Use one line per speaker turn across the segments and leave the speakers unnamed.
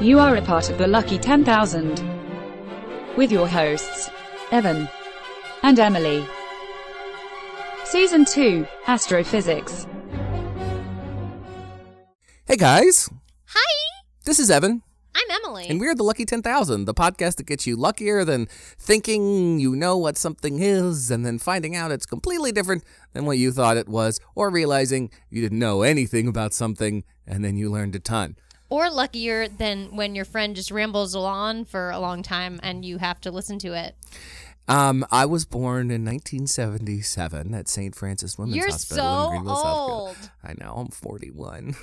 You are a part of the lucky 10,000 with your hosts, Evan and Emily. Season 2 Astrophysics.
Hey guys,
Hi,
this is Evan,
I'm Emily.
and we're the Lucky 10,000, the podcast that gets you luckier than thinking you know what something is and then finding out it's completely different than what you thought it was, or realizing you didn't know anything about something and then you learned a ton.
or luckier than when your friend just rambles along for a long time and you have to listen to it.
Um, I was born in 1977 at St. Francis Women's
You're
Hospital
so
in Greenville, South Carolina.
old.
I know, I'm 41.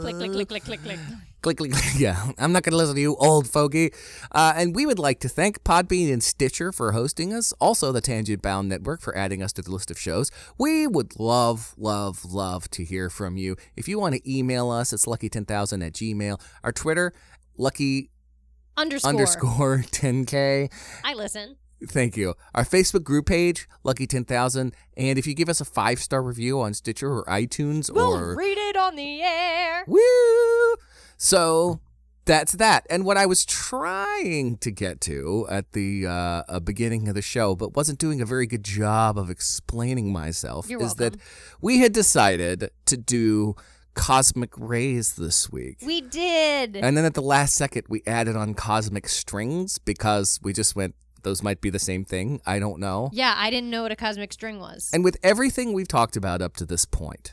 Click, click, click, click, click, click.
Click, click, click. Yeah, I'm not going to listen to you, old fogey. Uh, and we would like to thank Podbean and Stitcher for hosting us, also the Tangent Bound Network for adding us to the list of shows. We would love, love, love to hear from you. If you want to email us, it's lucky10000 at gmail. Our Twitter, lucky
Underscore.
underscore 10K.
I listen.
Thank you. Our Facebook group page, Lucky 10,000. And if you give us a five star review on Stitcher or iTunes or.
We'll read it on the air.
Woo! So that's that. And what I was trying to get to at the uh, uh, beginning of the show, but wasn't doing a very good job of explaining myself,
You're
is that
welcome.
we had decided to do cosmic rays this week.
We did.
and then at the last second, we added on cosmic strings because we just went, those might be the same thing. I don't know.
yeah, I didn't know what a cosmic string was.
And with everything we've talked about up to this point,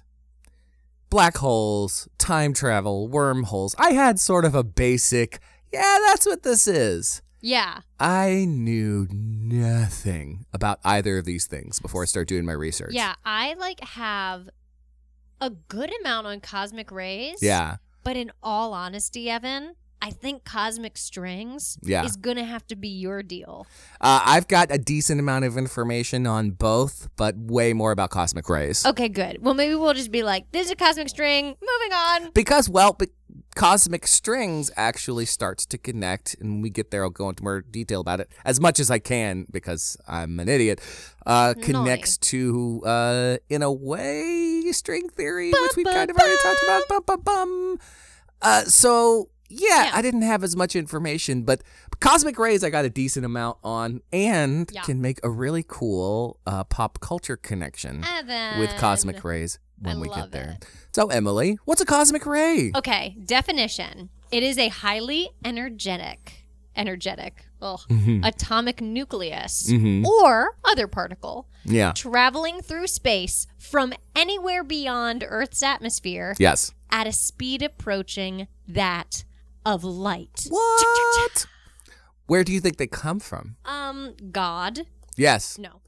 black holes, time travel, wormholes, I had sort of a basic, yeah, that's what this is.
yeah.
I knew nothing about either of these things before I started doing my research.
Yeah, I like have a good amount on cosmic rays.
Yeah.
But in all honesty, Evan, I think cosmic strings
Yeah.
is going to have to be your deal.
Uh, I've got a decent amount of information on both, but way more about cosmic rays.
Okay, good. Well, maybe we'll just be like, this is a cosmic string. Moving on.
Because, well, be- cosmic strings actually starts to connect, and when we get there, I'll go into more detail about it as much as I can because I'm an idiot. Uh, connects to, uh, in a way, string theory, which we've kind of already talked about. Bum, bum, bum. Uh, so, yeah,
Yeah.
I didn't have as much information, but cosmic rays I got a decent amount on and
Yeah.
can make a really cool uh, pop culture connection
Evan.
with cosmic rays when
I
we get
love
there.
it.
So, Emily, what's a cosmic ray?
Okay, definition. It is a highly energetic, energetic, ugh,
Mm-hmm.
atomic nucleus
Mhm.
or other particle
Yeah.
traveling through space from anywhere beyond Earth's atmosphere
Yes.
at a speed approaching that of light.
What? Where do you think they come from?
Um, God?
Yes.
No.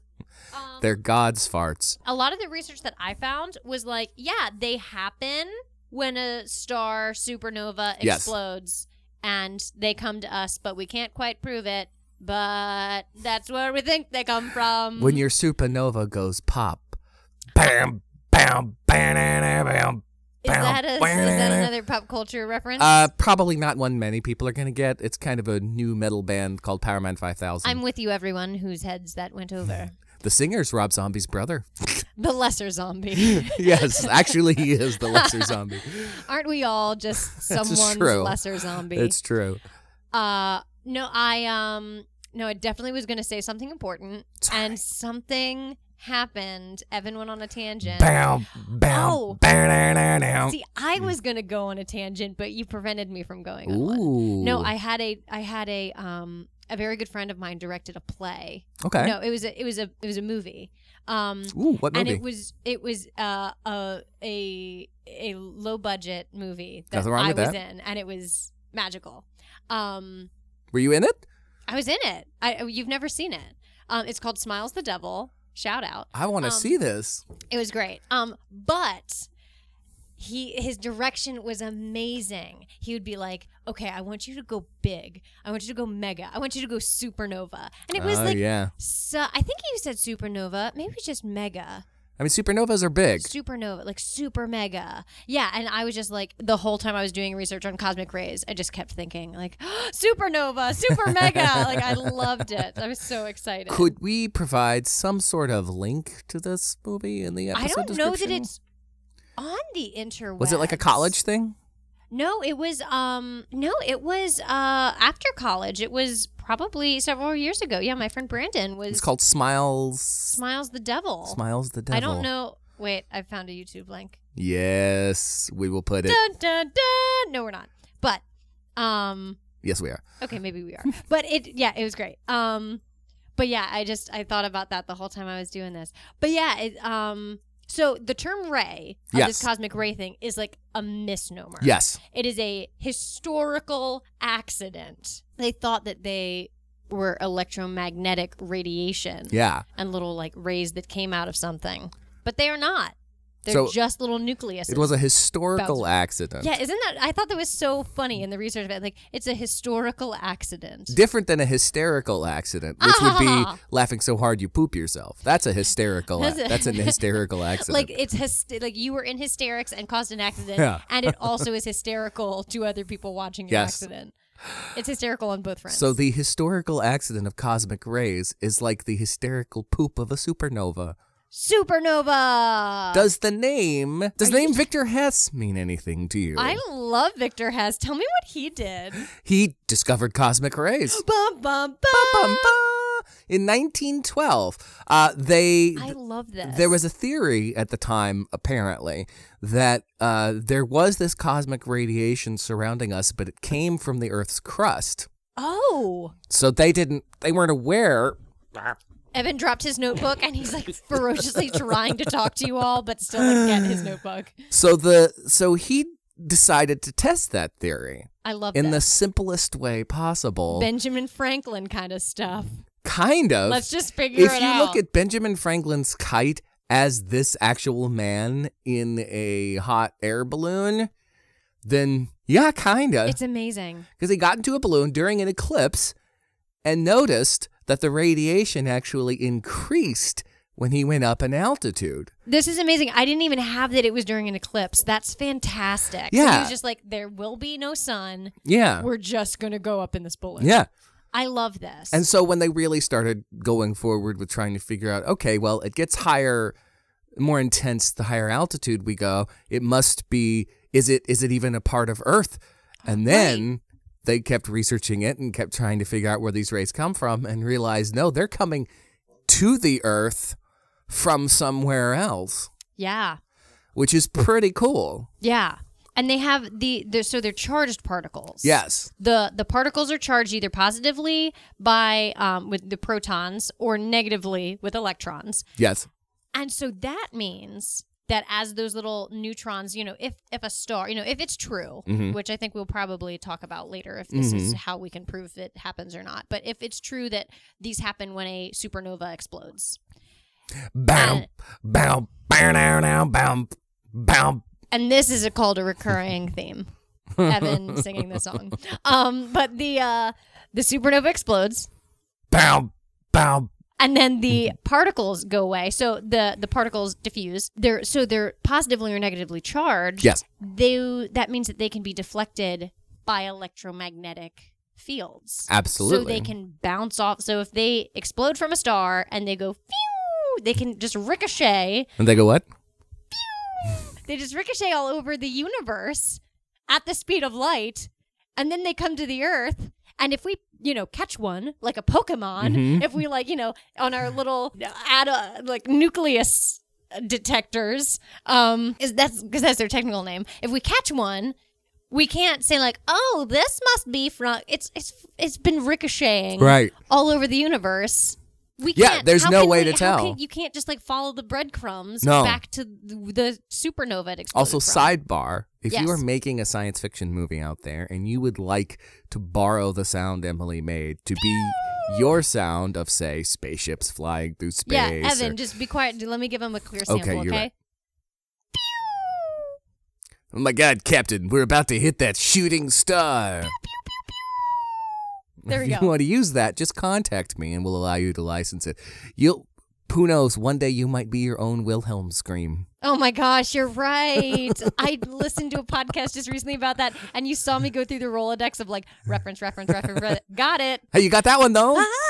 Um,
They're God's farts.
a lot of the research that I found was like, yeah, they happen when a star supernova
Yes.
explodes and they come to us, but we can't quite prove it. But that's where we think they come from.
When your supernova goes pop, bam, bam, banana, bam.
is, that a, is that another pop culture reference?
Uh, probably not one many people are gonna get. It's kind of a new metal band called Power Man Five Thousand.
I'm with you, everyone whose heads that went over.
The singer's Rob Zombie's brother.
the lesser zombie.
yes, actually, he is the lesser zombie.
Aren't we all just
That's
someone's
true.
lesser zombie?
It's true.
Uh no, I um no, I definitely was gonna say something important, and something happened. Evan went on a tangent.
Bam, Oh. bam,
Oh.
banana.
See, I was gonna go on a tangent, but you prevented me from going. on one.
Ooh.
No, I had a I had a um a very good friend of mine directed a play.
Okay.
No, it was a it was a it was a movie. Um,
Ooh, Eh? what
and
movie?
it was it was uh, a a a low budget movie that
Nothing wrong
I
with
was
that.
in, and it was magical. Um.
Were you in it?
I was in it. I oh, you've never seen it. Um, it's called Smiles the Devil. Shout out.
I want to
Um,
see this.
It was great. Um, but he his direction was amazing. He would be like, "Okay, I want you to go big. I want you to go mega. I want you to go supernova." And it was
oh
like,
yeah.
so, I think he said supernova, maybe just mega.
I mean, supernovas are big.
supernova like super mega yeah and i was just like the whole time i was doing research on cosmic rays i just kept thinking like supernova super mega like i loved it i was so excited
Could we provide some sort of link to this movie in the
i
episode
don't know that
description?
it's on the interweb
Was it like a college thing?
No, it was um no, it was uh after college. It was probably several years ago. Yeah, my friend Brandon was
It's called Smiles.
Smiles the Devil.
Smiles the Devil.
I don't know. Wait, I found a YouTube link.
Yes, we will put it.
Dun, dun, dun. No, we're not. But um
Yes, we are.
okay, maybe we are. but it yeah, it was great. Um but yeah, I just I thought about that the whole time I was doing this. But yeah, it um so the term ray of
Yes.
this cosmic ray thing is like a misnomer.
Yes.
It is a historical accident. They thought that they were electromagnetic radiation
Yeah.
and little like rays that came out of something, but they are not. They're
So,
just little nucleuses.
It was a historical accident.
yeah, isn't that? I thought that was so funny in the research of it. Like, it's a historical accident.
Different than a hysterical accident, which would
Ah.
be laughing so hard you poop yourself. That's a hysterical.
That's a-
that's an hysterical accident.
Like it's hyster- like you were in hysterics and caused an accident,
Yeah.
and it also is hysterical to other people watching your
Yes.
accident. It's hysterical on both fronts.
so the historical accident of cosmic rays is like the hysterical poop of a supernova.
supernova.
Does the name does the name Victor Hess mean anything to you?
I love Victor Hess. Tell me what he did.
He discovered cosmic rays.
bum, bum, bum.
Bum, bum. In 1912, uh, they
I love this.
there was a theory at the time, apparently, that uh, there was this cosmic radiation surrounding us, but it came from the Earth's crust.
oh.
So they didn't, they weren't aware.
Evan dropped his notebook and he's like ferociously trying to talk to you all, but still like get his notebook.
So the, so he decided to test that theory
I love
in the
this.
simplest way possible.
Benjamin Franklin kind of stuff.
kind of.
Let's just figure
if
it
you
out.
look at Benjamin Franklin's kite as this actual man in a hot air balloon, then yeah, kinda.
it's amazing.
because he got into a balloon during an eclipse and noticed that the radiation actually increased when he went up in altitude.
This is amazing. I didn't even have that it was during an eclipse. That's fantastic. So he
Yeah.
was just like, there will be no sun.
Yeah.
We're just going to go up in this bullet.
Yeah.
I love this.
And so when they really started going forward with trying to figure out, okay, well, it gets higher, more intense the higher altitude we go. It must be is it is it even a part of Earth? And then they kept researching it and kept trying to figure out where these rays come from and realized no, they're coming to the Earth from somewhere else,
yeah.
which is pretty cool.
Yeah. And they have the, the so they're charged particles.
Yes.
the the particles are charged either positively by um, with the protons or negatively with electrons
Yes.
and so that means that as those little neutrons you know if if a star you know if it's true which i think we'll probably talk about later if this is how we can prove it happens or not but if it's true that these happen when a supernova explodes
Bam, bam, bam, bam, bam, bam.
and this is a called a recurring theme evan singing the song um but the uh the supernova explodes
Bow, bow.
and then the particles go away so the the particles diffuse they're so they're positively or negatively charged
Yes.
they that means that they can be deflected by electromagnetic fields
Absolutely.
so they can bounce off so if they explode from a star and they go phew they can just ricochet
And they go, what?
they just ricochet all over the universe at the speed of light and then they come to the earth and if we you know catch one like a pokemon if we like you know on our little add a, like nucleus detectors um is that's because that's their technical name if we catch one we can't say like oh this must be from it's it's it's been ricocheting
Right.
all over the universe we
Yeah,
can't,
there's
how
no
can
way
we-
to
how
tell.
can- you can't just like follow the breadcrumbs
No.
back to the supernova. It exploded
Also,
from.
sidebar if
Yes.
you are making a science fiction movie out there and you would like to borrow the sound Emily made to be your sound of, say, spaceships flying through space.
Yeah,
or-
Evan, just be quiet. Let me give him a clear sample. Okay,
Okay, you're right. oh my God, Captain, we're about to hit that shooting star.
there we
if
go.
you want to use that, just contact me and we'll allow you to license it. You'll, who knows, one day you might be your own Wilhelm scream.
Oh my gosh, you're right. I listened to a podcast just recently about that, and you saw me go through the Rolodex of like reference, reference, reference. re- got it.
Hey, you got that one though?
ah!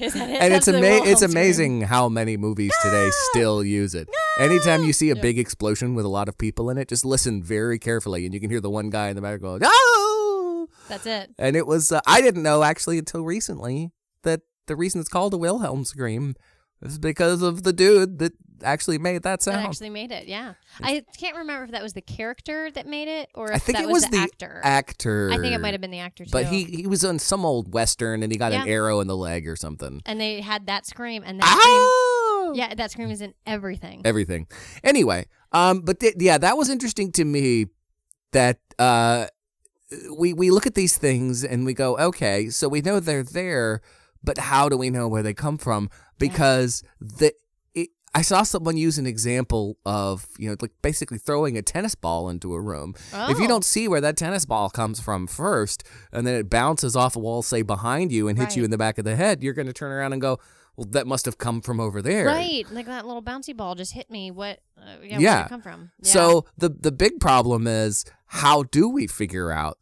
Is that it?
and it's
That's the
ama-
Wilhelm
it's
scream.
amazing how many movies today still use it. Anytime you see a big explosion with a lot of people in it, just listen very carefully, and you can hear the one guy in the back go, "No!"
That's it.
And it was uh, I didn't know actually until recently that the reason it's called a Wilhelm scream is because of the dude that actually made that
That
sound.
actually made it. Yeah, I can't remember if that was the character that made it or if
I think
that
it was,
the
the
actor.
actor.
I think it might have been the actor too.
But he he was on some old western and he got an
Yeah.
arrow in the leg or something.
and they had that scream and that
Ah!
scream. Yeah, that scream is in everything.
everything. Anyway, um, but th- yeah, that was interesting to me that uh, we we look at these things and we go, okay, so we know they're there, but how do we know where they come from? Because the it, I saw someone use an example of you know like basically throwing a tennis ball into a room. If you
Oh.
don't see where that tennis ball comes from first, and then it bounces off a wall, say behind you, and hits you
Right.
in the back of the head, you're going to turn around and go. Well, that must have come from over there.
Right, like that little bouncy ball just hit me. What? Uh, yeah, where
Yeah.
did it come from? Yeah.
So the the big problem is how do we figure out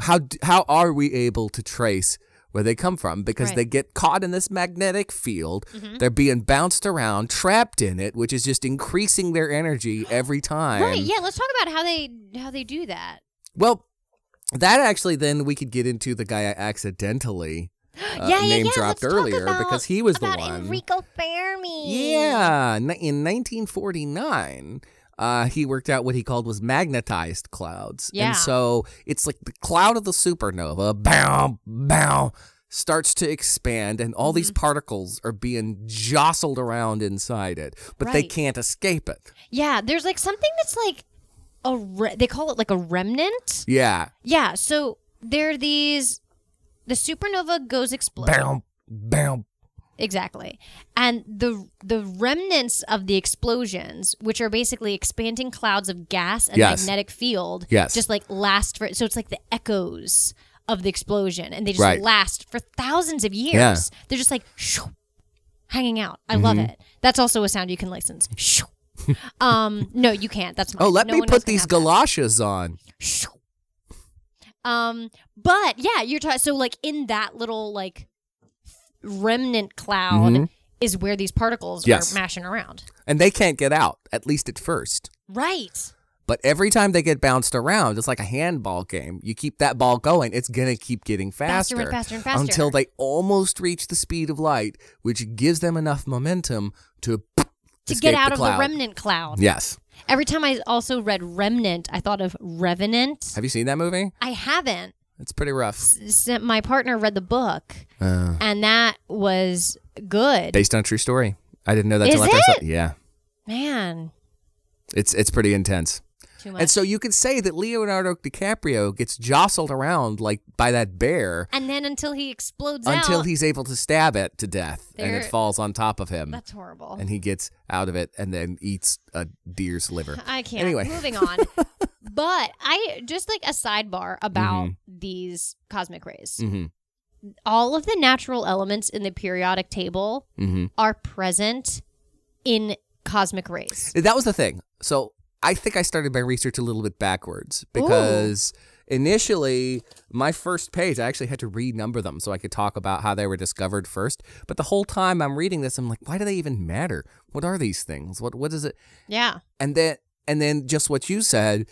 how d- how are we able to trace where they come from because
Right. Mm-hmm.
they get caught in this magnetic field. They're being bounced around, trapped in it, which is just increasing their energy every time.
right, yeah. Let's talk about how they how they do that.
Well, that actually then we could get into the guy I accidentally uh,
yeah, yeah,
name
yeah.
dropped
let's
earlier
talk about,
because he was the
about
one.
Enrico Fermi.
Yeah, n- in 1949, uh, he worked out what he called was magnetized clouds.
Yeah.
And so it's like the cloud of the supernova, bow, bow, starts to expand, and all
Mm-hmm.
these particles are being jostled around inside it, but they
Right.
can't escape it.
Yeah, there's like something that's like a re- they call it like a remnant.
Yeah,
Yeah, so there are these the supernova goes explode.
bow, bow.
Exactly. And the the remnants of the explosions, which are basically expanding clouds of gas and
Yes.
magnetic field,
Yes.
just like last for so it's like the echoes of the explosion and they just
Right.
last for thousands of years.
Yeah. Mm-hmm.
They're just like shoo, hanging out. I love it. That's also a sound you can license. Shoo. um no, you can't. That's mine.
Oh, let
No
me
one else
put
can
these
have that.
galoshes on.
Shoo. Um, but yeah, you're talking. So like in that little like remnant cloud is where these particles
Mm-hmm. Yes.
are mashing around.
And they can't get out, at least at first.
Right.
But every time they get bounced around, it's like a handball game. You keep that ball going, it's going to keep getting faster,
Faster and faster and faster.
until they almost reach the speed of light, which gives them enough momentum to
To
escape
get out
the
of
cloud.
the remnant cloud.
Yes.
Every time I also read remnant, I thought of revenant.
Have you seen that movie?
I haven't.
It's pretty rough.
S- My partner read the book,
Uh,
and that was good.
based on a true story. I didn't know that
Is
till after I saw
it?
Yeah.
Man,
It's it's pretty intense.
too much.
And so you could say that Leonardo DiCaprio gets jostled around like by that bear
And then until he explodes
until
out,
he's able to stab it to death and it
There-
falls on top of him.
that's horrible.
and he gets out of it and then eats a deer's liver.
I can't.
Anyway.
Moving on. but I just like a sidebar about these cosmic rays.
Mm-hmm.
All of the natural elements in the periodic table
Mm-hmm.
are present in cosmic rays.
That was the thing. So I think I started my research a little bit backwards because initially my first page I actually had to renumber them so I could talk about how they were discovered first. But the whole time I'm reading this, I'm like, why do they even matter? What are these things? What what is it?
Yeah.
And then and then just what you said.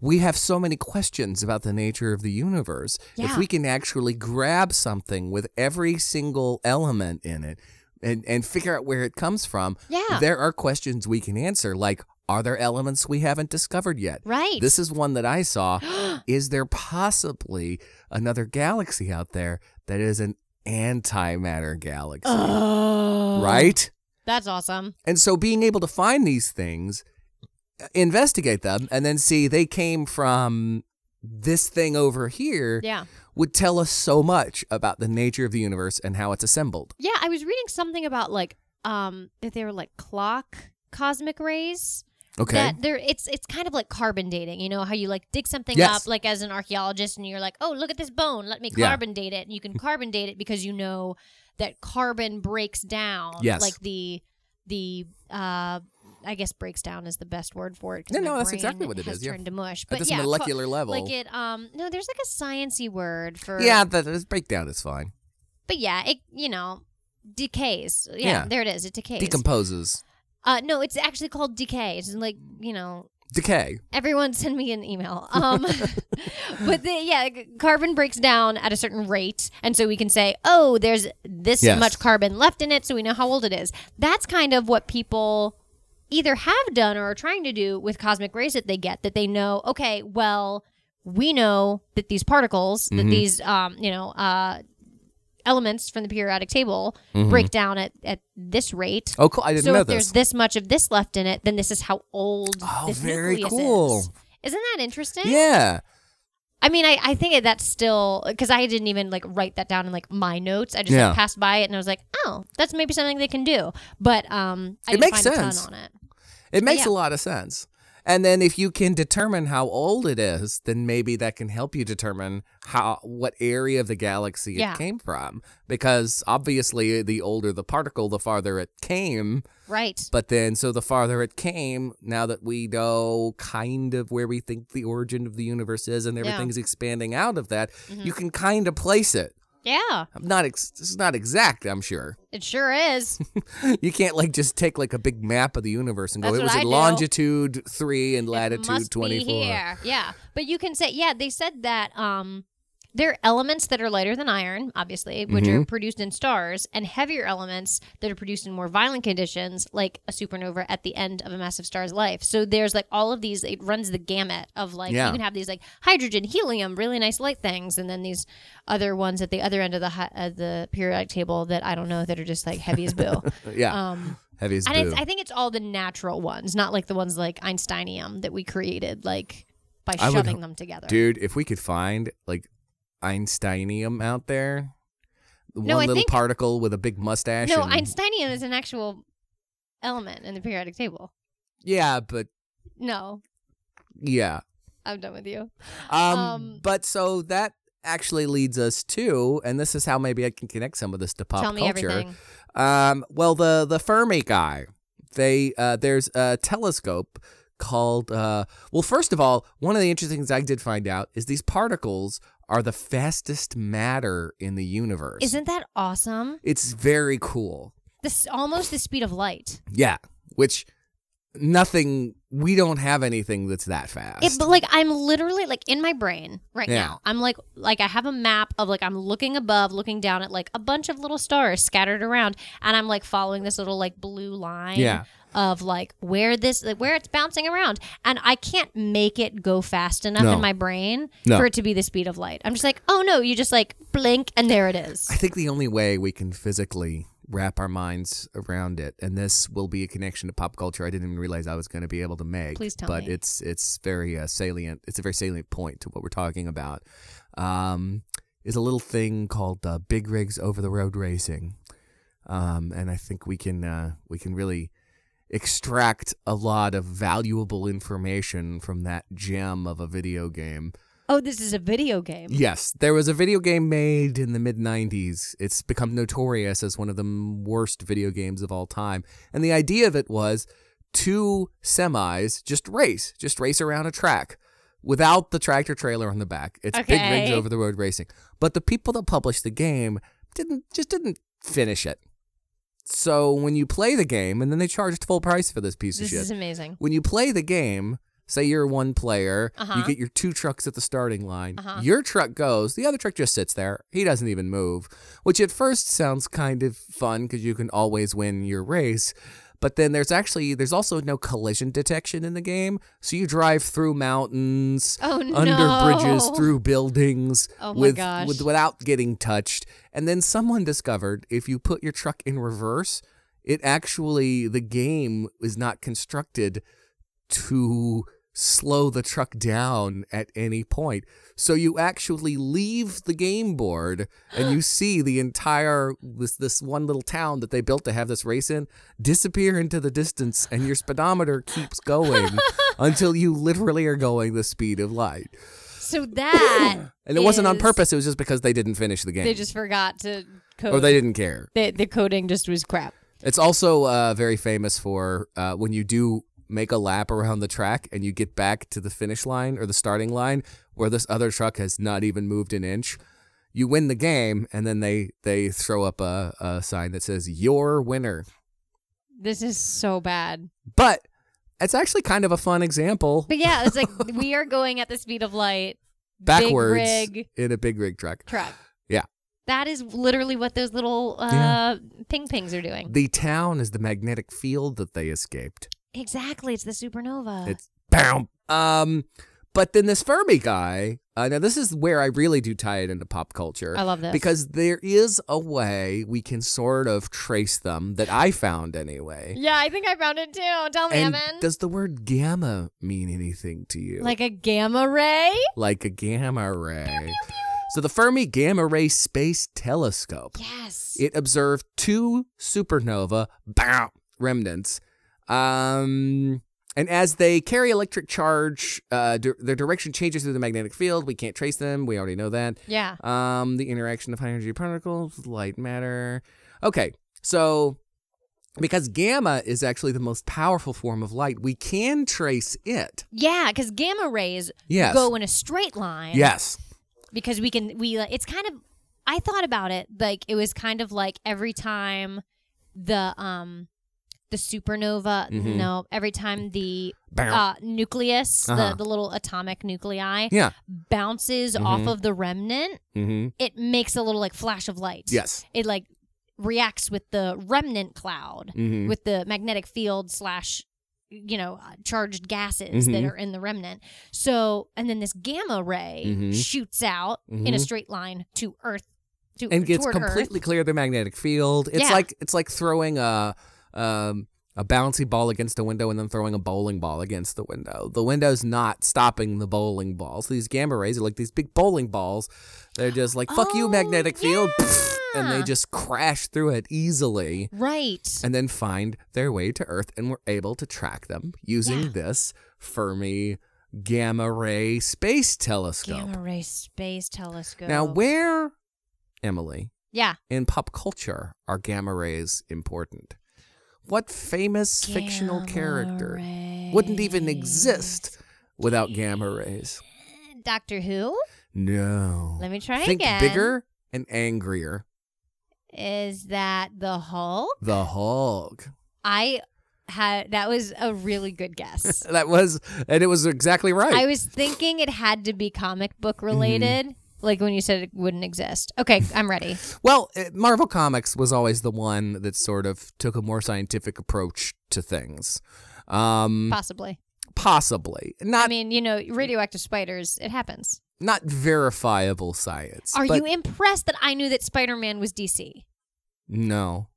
We have so many questions about the nature of the universe. If
Yeah.
we can actually grab something with every single element in it and, and figure out where it comes from,
Yeah.
there are questions we can answer, like are there elements we haven't discovered yet?
Right.
This is one that I saw. is there possibly another galaxy out there that is an antimatter galaxy?
oh.
right?
That's awesome.
And so being able to find these things, uh, investigate them, and then see they came from this thing over here
Yeah.
would tell us so much about the nature of the universe and how it's assembled.
Yeah, I was reading something about like um that they were like clock cosmic rays.
Okay.
That there it's it's kind of like carbon dating, you know, how you like dig something
Yes.
up like as an archaeologist and you're like, "Oh, look at this bone. Let me
Yeah.
carbon date it." And you can carbon date it because you know that carbon breaks down
Yes.
like the the uh I guess breaks down is the best word for it. 'cause
No,
my
no, that's
brain
exactly what it
has
is, yeah.
Turned to mush,
At
but
this
yeah, co-
molecular level.
Like it, um, no, there's like a sciency word for
yeah, the, the breakdown is fine.
but yeah, it you know decays. Yeah,
Yeah.
there it is. It decays.
Decomposes.
uh, no, it's actually called decay. It's like you know,
Decay.
everyone send me an email. Um, but the, yeah, c- carbon breaks down at a certain rate, and so we can say, oh, there's this
Yes.
much carbon left in it, so we know how old it is. That's kind of what people either have done or are trying to do with cosmic rays that they get. That they know, okay, well, we know that these particles, that these, um, you know, uh, elements from the periodic table break down at at this rate.
Oh, cool. I didn't
So
know
if there's
this.
this much of this left in it, then this is how old
Oh,
this
very
nucleus
cool.
is. Isn't that interesting?
yeah.
I mean, I, I think that's still because I didn't even like write that down in like my notes. I just
Yeah.
like, passed by it and I was like, oh, that's maybe something they can do. But um,
It
I didn't
makes
find a
sense.
ton on it.
It makes a
yeah.
lot of sense. And then if you can determine how old it is, then maybe that can help you determine how what area of the galaxy
Yeah.
it came from because obviously the older the particle, the farther it came.
Right.
But then, so the farther it came, now that we know kind of where we think the origin of the universe is and everything's expanding out of that,
Mm-hmm.
you can kind of place it.
Yeah,
I'm not ex- this is not exact, I'm sure.
it sure is.
You can't like just take like a big map of the universe and go, it
That's what
was
I
at
do.
longitude three and latitude
Must
24.
be here. Yeah. But you can say, yeah, they said that um, there are elements that are lighter than iron, obviously, which are produced in stars, and heavier elements that are produced in more violent conditions, like a supernova at the end of a massive star's life. So there's like all of these, it runs the gamut of like,
Yeah.
you can have these like hydrogen, helium, really nice light things, and then these other ones at the other end of the, hi- uh, the periodic table that I don't know that are just like heavy as boo.
Uh, Yeah.
Um,
heavy as
and it's,
boo.
I think it's all the natural ones, not like the ones like Einsteinium that we created, like by
I would
shoving
ho-
them together.
Dude, if we could find like Einsteinium out there, the
No,
one
I
little
think-
particle with a big mustache.
no,
and-
Einsteinium is an actual element in the periodic table.
Yeah, but
No,
yeah.
I'm done with you.
Um,
Um,
but so that actually leads us to, and this is how maybe I can connect some of this to pop
Tell me
culture.
everything.
Um, well, the the Fermi guy, they uh, there's a telescope called. Uh, well, first of all, one of the interesting things I did find out is these particles are the fastest matter in the universe.
Isn't that awesome?
it's very cool.
This almost the speed of light.
Yeah, which nothing we don't have anything that's that fast.
It, but like I'm literally like in my brain right
Yeah.
now. I'm like like I have a map of like I'm looking above, looking down at like a bunch of little stars scattered around, and I'm like following this little like blue line
Yeah.
of like where this like, where it's bouncing around, and I can't make it go fast enough
No.
in my brain
No.
for it to be the speed of light. I'm just like, oh no, you just like blink and there it is.
I think the only way we can physically wrap our minds around it, and this will be a connection to pop culture. I didn't even realize I was going to be able to make.
Please tell
but
me.
it's it's very uh, salient. It's a very salient point to what we're talking about. Um, is a little thing called uh, big rigs over the road racing, um, and I think we can uh, we can really extract a lot of valuable information from that gem of a video game.
Oh, this is a video game.
Yes, there was a video game made in the mid 90s. It's become notorious as one of the m- worst video games of all time. And the idea of it was two semis just race, just race around a track without the tractor trailer on the back. It's big rigs
Okay.
over the road racing. But the people that published the game didn't just didn't finish it. So when you play the game and then they charged full price for this piece
This
of shit
is amazing.
when you play the game, say you're one player,
Uh-huh.
you get your two trucks at the starting line.
Uh-huh.
Your truck goes, the other truck just sits there. He doesn't even move, which at first sounds kind of fun because you can always win your race. But then there's actually there's also no collision detection in the game, so you drive through mountains,
Oh no.
under bridges, through buildings,
Oh my
with,
gosh.
with without getting touched. And then someone discovered if you put your truck in reverse, it actually the game is not constructed to slow the truck down at any point. So you actually leave the game board and you see the entire this this one little town that they built to have this race in disappear into the distance and your speedometer keeps going until you literally are going the speed of light.
So that
And it wasn't on
is-
purpose, it was just because they didn't finish the game.
They just forgot to code.
or they didn't care.
the, the coding just was crap.
It's also uh, very famous for uh, when you do make a lap around the track and you get back to the finish line or the starting line where this other truck has not even moved an inch. you win the game, and then they they throw up a, a sign that says "Your winner."
This is so bad.
But it's actually kind of a fun example.
But yeah, it's like we are going at the speed of light.
Backwards
Big rig
in a big rig truck.
truck.
Yeah.
That is literally what those little uh,
Yeah.
ping pings are doing.
The town is the magnetic field that they escaped.
Exactly. It's the supernova.
Uh, It's bam. Um, but then this Fermi guy. Uh, now this is where I really do tie it into pop culture.
I love this.
because there is a way we can sort of trace them that I found anyway.
yeah, I think I found it too. Tell me,
And
Evan.
does the word gamma mean anything to you?
Like a gamma ray?
like a gamma ray. So the Fermi Gamma Ray Space Telescope.
Yes.
It observed two supernova bow, remnants. Um, and as they carry electric charge, uh, di- their direction changes through the magnetic field. We can't trace them. We already know that.
yeah.
Um, the interaction of high energy particles, light matter. Okay, so because gamma is actually the most powerful form of light, we can trace it.
Yeah, because gamma rays
Yes.
go in a straight line.
Yes.
because we can we like, it's kind of i thought about it like it was kind of like every time the um the supernova
Mhm.
no every time the
Bow.
uh, nucleus
Uh-huh.
the, the little atomic nuclei
yeah.
bounces
Mhm.
off of the remnant
Mm-hmm.
it makes a little like flash of light
Yes.
it like reacts with the remnant cloud
Mm-hmm.
with the magnetic field slash you know uh, charged gases that
Mhm.
are in the remnant so and then this gamma ray
Mhm.
shoots out in a
Mhm.
straight line to earth to
and gets
toward Earth.
completely clear of the magnetic field. It's
Yeah.
like it's like throwing a um, a bouncy ball against a window and then throwing a bowling ball against the window. The window's not stopping the bowling ball. So these gamma rays are like these big bowling balls. They're just like fuck you
Oh,
magnetic field, and they
yeah.
just crash through it easily.
right
And then find their way to Earth, and we're able to track them using
Yeah.
this Fermi gamma ray space telescope.
gamma ray space telescope
Now, where, Emily,
yeah
in pop culture are gamma rays important? What famous fictional
Gamma
character wouldn't even
rays.
exist without gamma rays?
doctor who
No.
let me try
Think
again
bigger and angrier.
is that the hulk
The Hulk.
i had that was a really good guess
That was, and it was exactly right. Mm-hmm.
I was thinking it had to be comic book related. Like when you said it wouldn't exist. Okay, I'm ready.
well, eh, Marvel Comics was always the one that sort of took a more scientific approach to things. Um,
Possibly.
possibly not
I mean, you know, radioactive spiders, it happens.
not verifiable science.
Are
but
you impressed that I knew that Spider Man was DC?
no?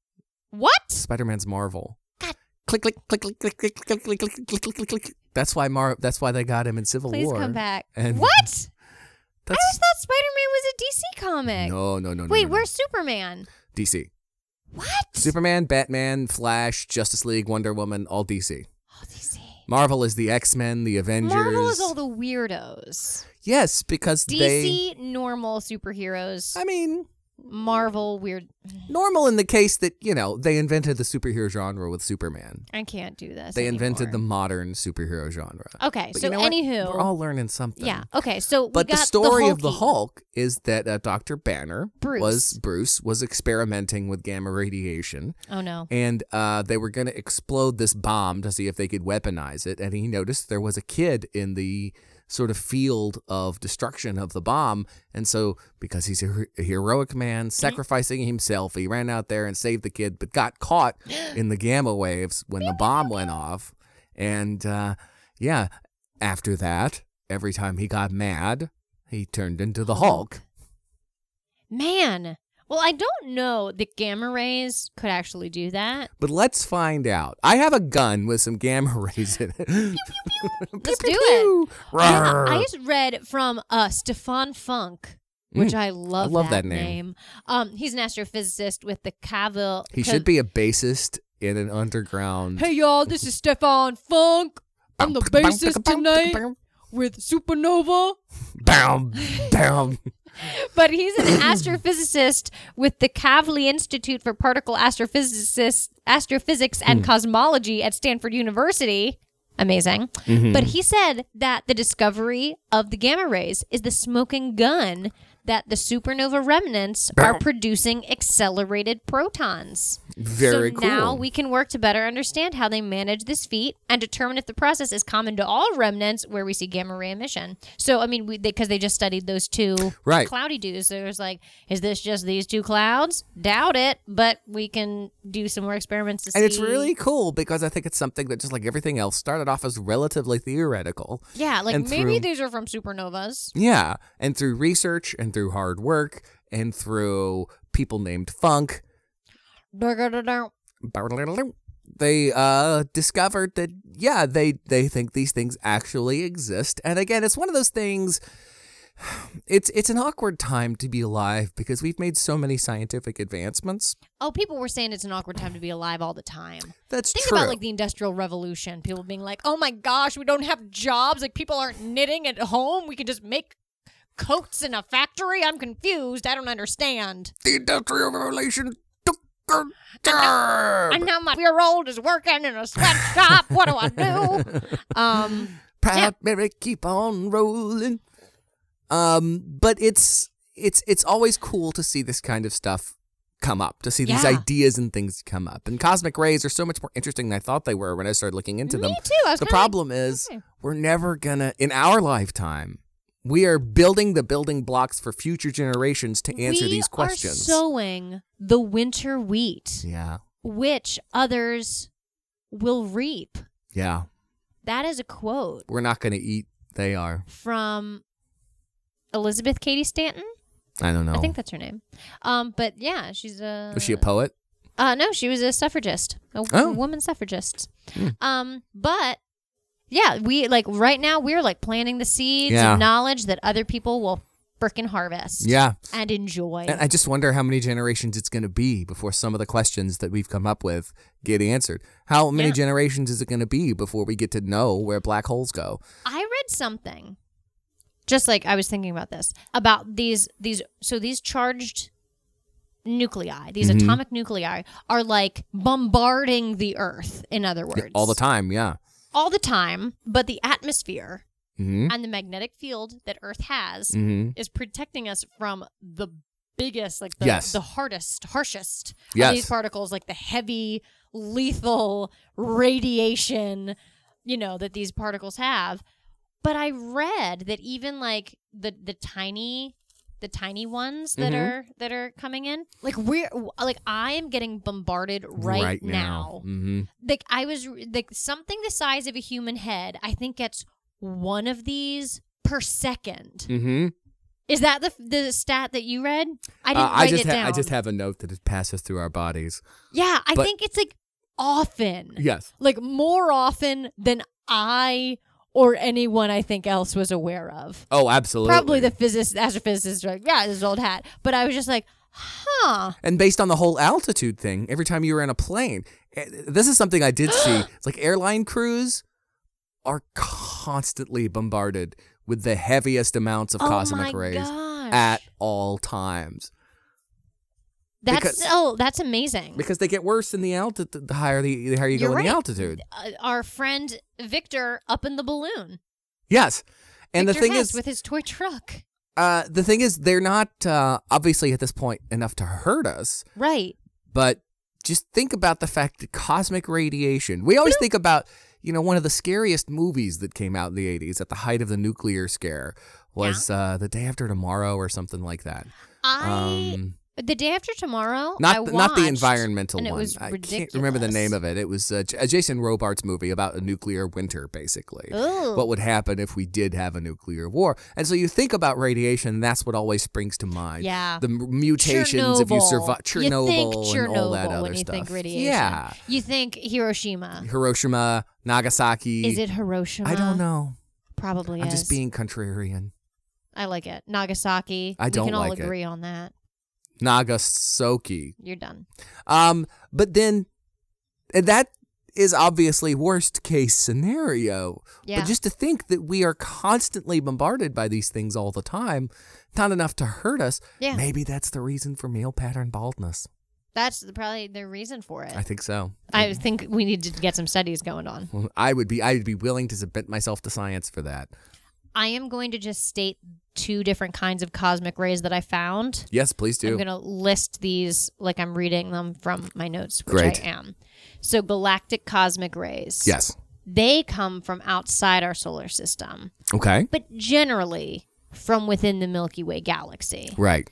What?
Spider Man's Marvel.
God.
Click, click, click, click, click, click, click, click, click, click, click, click, click, click. That's why Mar. That's why they got him in Civil
Please
War.
come back.
And-
what? I
That's
always thought Spider Man was a DC comic.
no, no, no, no.
Wait,
no, no.
where's Superman?
DC?
What?
Superman, Batman, Flash, Justice League, Wonder Woman, all DC.
oh, DC.
Marvel is the X Men, the Avengers.
Marvel is all the weirdos.
yes, because they.
DC normal superheroes.
I mean,
Marvel weird.
normal in the case that you know they invented the superhero genre with Superman.
I can't do this.
They invented the
anymore.
modern superhero genre.
Okay,
But
so
you know what?
anywho,
we're all learning something.
Yeah. Okay. So we
But the
got
story of the
Hulky.
Hulk is that uh, Dr. Banner
Bruce.
was Bruce was experimenting with gamma radiation,
Oh no.
and uh, they were going to explode this bomb to see if they could weaponize it. And he noticed there was a kid in the sort of field of destruction of the bomb, and so because he's a, her- a heroic man, sacrificing himself, he ran out there and saved the kid, but got caught in the gamma waves when the bomb went off, and uh, yeah, after that, every time he got mad. He turned into the Hulk.
Man. Well, I don't know that gamma rays could actually do that.
But let's find out. I have a gun with some gamma rays in it.
Let's do
pew.
Yeah, I
Rawr.
just read from uh Stefan Funk, which I love.
Mm, I love that name.
name. Um, he's an astrophysicist with the Cavill.
He should be a bassist in an underground.
Hey y'all, this is Stefan Funk. I'm the bassist tonight with Supernova.
Bam, bam.
But he's an astrophysicist with the Kavli Institute for Particle Astrophysicists, Astrophysics and Cosmology at Stanford University. Amazing. But he said that the discovery of the gamma rays is the smoking gun that the supernova remnants are producing accelerated protons.
Very
so
cool.
Now we can work to better understand how they manage this feat and determine if the process is common to all remnants where we see gamma ray emission. So I mean, because they, 'cause they just studied those two
Right.
cloudy dews, so it was like, is this just these two clouds? Doubt it, but we can do some more experiments to see.
and it's really cool because I think it's something that, just like everything else, started off as relatively theoretical.
yeah, like
and
maybe
through-
these are from supernovas.
Yeah. And through research and through hard work and through people named Funk, they uh, discovered that, yeah, they, they think these things actually exist. And again, it's one of those things. It's it's an awkward time to be alive because we've made so many scientific advancements.
Oh, people were saying it's an awkward time to be alive all the time.
That's
Think
true.
about like the Industrial Revolution. People being like, "Oh my gosh, we don't have jobs. Like people aren't knitting at home. We can just make coats in a factory." I'm confused. I don't understand.
the Industrial Revolution took our time.
And now my year old is working in a sweatshop. what do I do? Um,
Proud Mary, keep on rolling. Um, but it's it's it's always cool to see this kind of stuff come up, to see these
Yeah.
ideas and things come up. And cosmic rays are so much more interesting than I thought they were when I started looking into them.
me too. I was
The
kinda like,
problem is
okay.
we're never gonna in our lifetime. We are building the building blocks for future generations to answer
we
these questions.
Are sowing the winter wheat,
yeah,
which others will reap.
yeah.
That is a quote
We're not gonna eat. They are.
from Elizabeth Cady Stanton.
I don't know.
I think that's her name. Um, but yeah, she's a.
Was she a poet?
Uh, no, she was a suffragist, a, w-
Oh. Hmm.
woman suffragist. Um, but yeah, we like right now we're like planting the seeds
Yeah.
of knowledge that other people will frickin' harvest.
Yeah.
And enjoy.
And I just wonder how many generations it's going to be before some of the questions that we've come up with get answered. How many
Yeah.
generations is it going to be before we get to know where black holes go?
I read something. Just like I was thinking about this about these these so these charged nuclei, these
Mm-hmm.
atomic nuclei are like bombarding the earth in other
Yeah,
words.
All the time, yeah.
All the time, but the atmosphere
hmm
and the magnetic field that Earth has
hmm
is protecting us from the biggest, like the,
Yes.
the hardest, harshest
Yes.
of these particles, like the heavy, lethal radiation, you know, that these particles have. But I read that even like the the tiny the tiny ones that
Mhm.
are that are coming in, like we're like I am getting bombarded right, now
hmm
like I was like something the size of a human head. I think gets one of these per second.
hmm
Is that the the stat that you read? I didn't
Uh,
write
I just
it
ha-
down.
I just have a note that it passes through our bodies.
yeah, I
but-
think it's like often,
Yes.
like more often than I or anyone I think else was aware of.
Oh, absolutely.
Probably the physicist, astrophysicists are like, yeah, this is old hat. But I was just like, huh.
And based on the whole altitude thing, every time you were in a plane, eh, this is something I did see. It's like airline crews are constantly bombarded with the heaviest amounts of cosmic
oh my
rays
gosh.
at all times
that's
because-
oh, that's amazing.
because they get worse in the altitude. The higher the, the higher you
You're
go in
right.
the altitude.
uh, our friend Victor up in the balloon.
Yes, and
Victor
the thing
Hess
is,
with his toy truck,
uh, the thing is, they're not uh, obviously at this point enough to hurt us,
right?
but just think about the fact that cosmic radiation. We always think about, you know, one of the scariest movies that came out in the 80s at the height of the nuclear scare was uh, The Day After Tomorrow or something like that.
I
Um,
the day after tomorrow. Oh, I
not the, not the
watched,
environmental
and
one.
It was
I
ridiculous.
can't remember the name of it. It was uh, J- a Jason Robards movie about a nuclear winter basically.
Ooh.
What would happen if we did have a nuclear war? And so you think about radiation, that's what always springs to mind.
Yeah.
The m- mutations if you survive
Chernobyl.
Chernobyl,
You think
and all that
Chernobyl
other
when you
stuff.
think radiation.
Yeah.
You think Hiroshima?
Hiroshima, Nagasaki.
Is it Hiroshima?
I don't know.
Probably
I'm
is.
just being contrarian.
I like it. Nagasaki.
I
We
don't
can all
like it.
agree on that.
Nagasaki.
You're done.
Um, but then and that is obviously worst case scenario.
Yeah.
But just to think that we are constantly bombarded by these things all the time, not enough to hurt us.
Yeah.
Maybe that's the reason for male pattern baldness.
That's probably the reason for it.
I think so.
I think we need to get some studies going on.
Well, I would be I would be willing to submit myself to science for that.
I am going to just state two different kinds of cosmic rays that I found.
Yes, please
I'm
do.
going to list these like I'm reading them from my notes, which
Great.
I am. So, galactic cosmic rays.
yes.
They come from outside our solar system,
Okay.
but generally from within the Milky Way galaxy.
Right.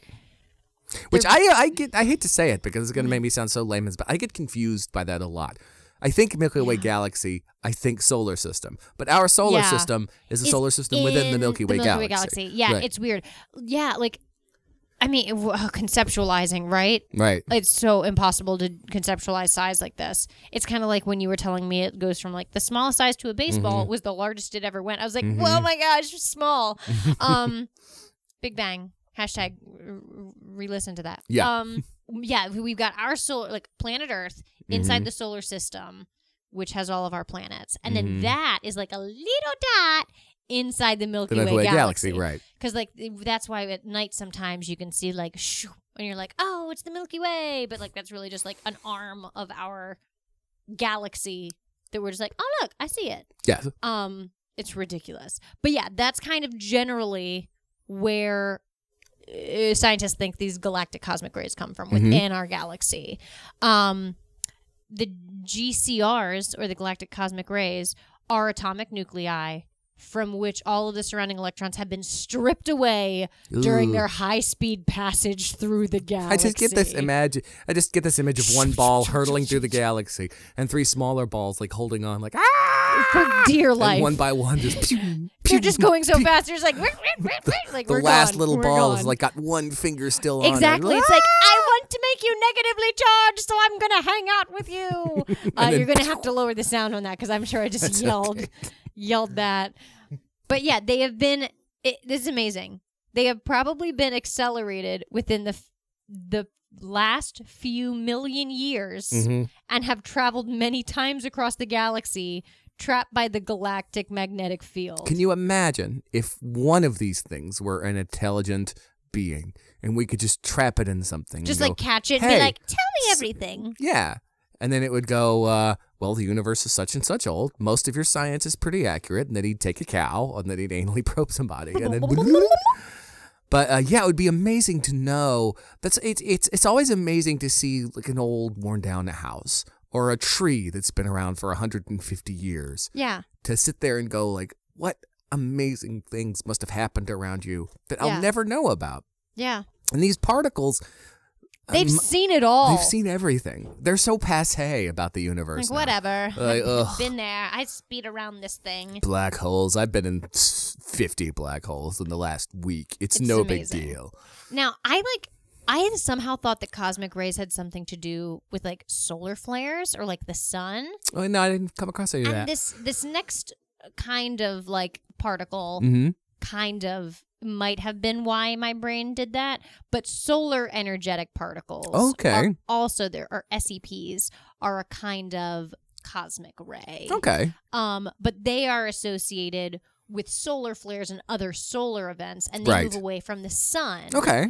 Which I I get I hate to say it because it's going to make me sound so layman's, but I get confused by that a lot. I think Milky Way galaxy. I think solar system, but our solar
Yeah.
system is a
It's
solar system within the
in
Milky Way galaxy.
Yeah,
Right.
it's weird. Yeah, like, I mean, w- conceptualizing, right?
right.
it's so impossible to conceptualize size like this. It's kind of like when you were telling me it goes from like the smallest size to a baseball
Mm-hmm.
was the largest it ever went. I was like, "Whoa, my gosh, small." um, Big Bang hashtag r- r- re-listen to that.
Yeah.
um, yeah. we- We've got our solar, like planet Earth, inside
Mm-hmm.
the solar system, which has all of our planets, and
Mhm.
then that is like a little dot inside the Milky,
The Milky Way galaxy.
galaxy
Right.
because like th- that's why at night sometimes you can see like shoo, and you're like oh it's the milky way but like that's really just like an arm of our galaxy that we're just like oh look i see it
Yeah.
um it's ridiculous but yeah that's kind of generally where uh, scientists think these galactic cosmic rays come from
Mhm.
within our galaxy um the gcrs or the galactic cosmic rays are atomic nuclei from which all of the surrounding electrons have been stripped away during
Ooh.
their high speed passage through the galaxy.
I just get this imagine. I just get this image of one ball hurtling through the galaxy and three smaller balls like holding on, like ah,
for dear life.
and one by one just. pew,
They're
pew,
just going so
pew.
fast. They're just like, "Wait, wait, wait, wait," like
The
we're
last
gone.
little
We're
ball is
gone.
like got one finger still on. it. Ah!
Exactly. It's like I want to make you negatively charged, so I'm gonna hang out with you. Uh,
then-
you're gonna have to lower the sound on that because I'm sure I just yelled, yelled that. But yeah, they have been. It, this is amazing. They have probably been accelerated within the f- the last few million years
Mhm.
and have traveled many times across the galaxy, trapped by the galactic magnetic field.
Can you imagine if one of these things were an intelligent being and we could just trap it in something? and
just
go,
like catch it and
"Hey,
be like, tell me
s-
everything.
Yeah. And then it would go, uh, well, the universe is such and such old. Most of your science is pretty accurate. And then he'd take a cow and then he'd anally probe somebody. And then. But uh, yeah, it would be amazing to know. That's it's it's it's always amazing to see like an old worn down house or a tree that's been around for 150 years
Yeah.
to sit there and go like, what amazing things must have happened around you that I'll
Yeah.
never know about.
Yeah.
And these particles,
They've
um,
seen it all.
They've seen everything. They're so passe about the universe.
like
now.
whatever.
Like, ugh.
I've been there. I speed around this thing.
Black holes. I've been in 50 black holes in the last week. It's,
It's
no
amazing.
big deal.
Now I like. I had somehow thought that cosmic rays had something to do with like solar flares or like the sun.
Oh, no, I didn't come across any of
And
that.
this this next kind of like particle
hmm
kind of might have been why my brain did that. But solar energetic particles,
Okay.
are also there are SEPs are a kind of cosmic ray.
Okay.
um, but they are associated with solar flares and other solar events, and they
Right.
move away from the sun
Okay.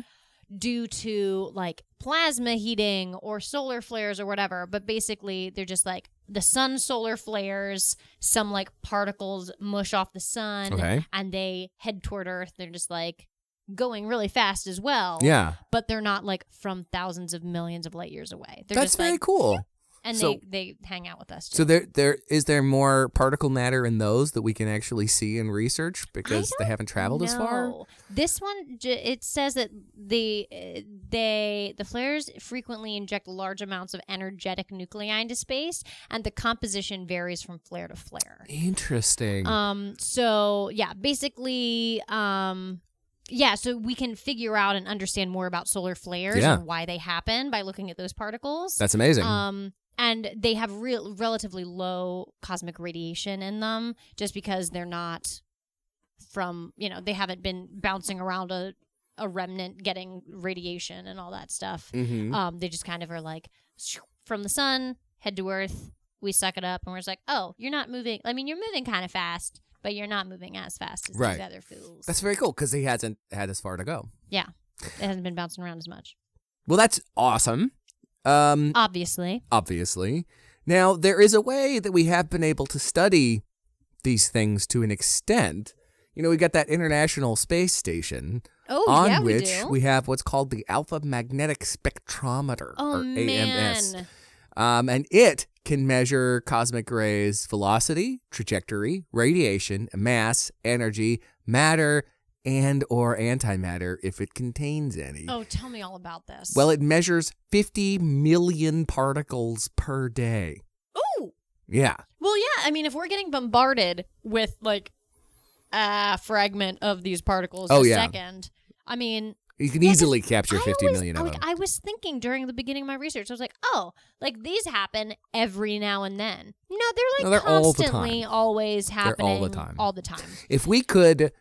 due to like plasma heating or solar flares or whatever. But basically, they're just like the sun solar flares, some like particles mush off the sun,
Okay.
and they head toward Earth. They're just like going really fast as well.
Yeah.
But they're not like from thousands of millions of light years away. They're
That's
just
very
like,
cool.
and
So-
they, they hang out with us. Too.
So there, there is there more particle matter in those that we can actually see and research because they
don't
haven't traveled as far.
No. This one, j- it says that the uh, they the flares frequently inject large amounts of energetic nuclei into space, and the composition varies from flare to flare.
Interesting.
Um. So yeah, basically, um. Yeah, so we can figure out and understand more about solar flares
Yeah.
and why they happen by looking at those particles.
That's amazing.
Um, and they have real relatively low cosmic radiation in them, just because they're not from you know they haven't been bouncing around a a remnant getting radiation and all that stuff.
Mhm.
Um, they just kind of are like shoo, from the sun head to Earth. We suck it up, and we're just like, oh, you're not moving. I mean, you're moving kind of fast, but you're not moving as fast as
Right.
these other fools.
That's very cool because he hasn't had as far to go.
yeah, it hasn't been bouncing around as much,
Well, that's awesome. Um,
obviously.
obviously. Now, there is a way that we have been able to study these things to an extent you know, we got that International Space Station
Oh,
on
yeah,
which
we do.
have what's called the Alpha Magnetic Spectrometer,
oh
or AMS.
man,
Um, and it can measure cosmic rays' velocity, trajectory, radiation, mass, energy, matter, and or antimatter if it contains any.
oh tell me all about this.
Well, it measures 50 million particles per day.
oh,
Yeah.
Well, yeah. I mean, if we're getting bombarded with like a fragment of these particles
Oh,
a
yeah.
second, I mean,
You can
Yeah, 'cause
easily capture
I
50
always-
million of
like,
them.
I was thinking during the beginning of my research, I was like, oh, like these happen every now and then. No, they're like
No, they're all the
constantly,
time.
always
all the
happening,
time.
all the time.
if we could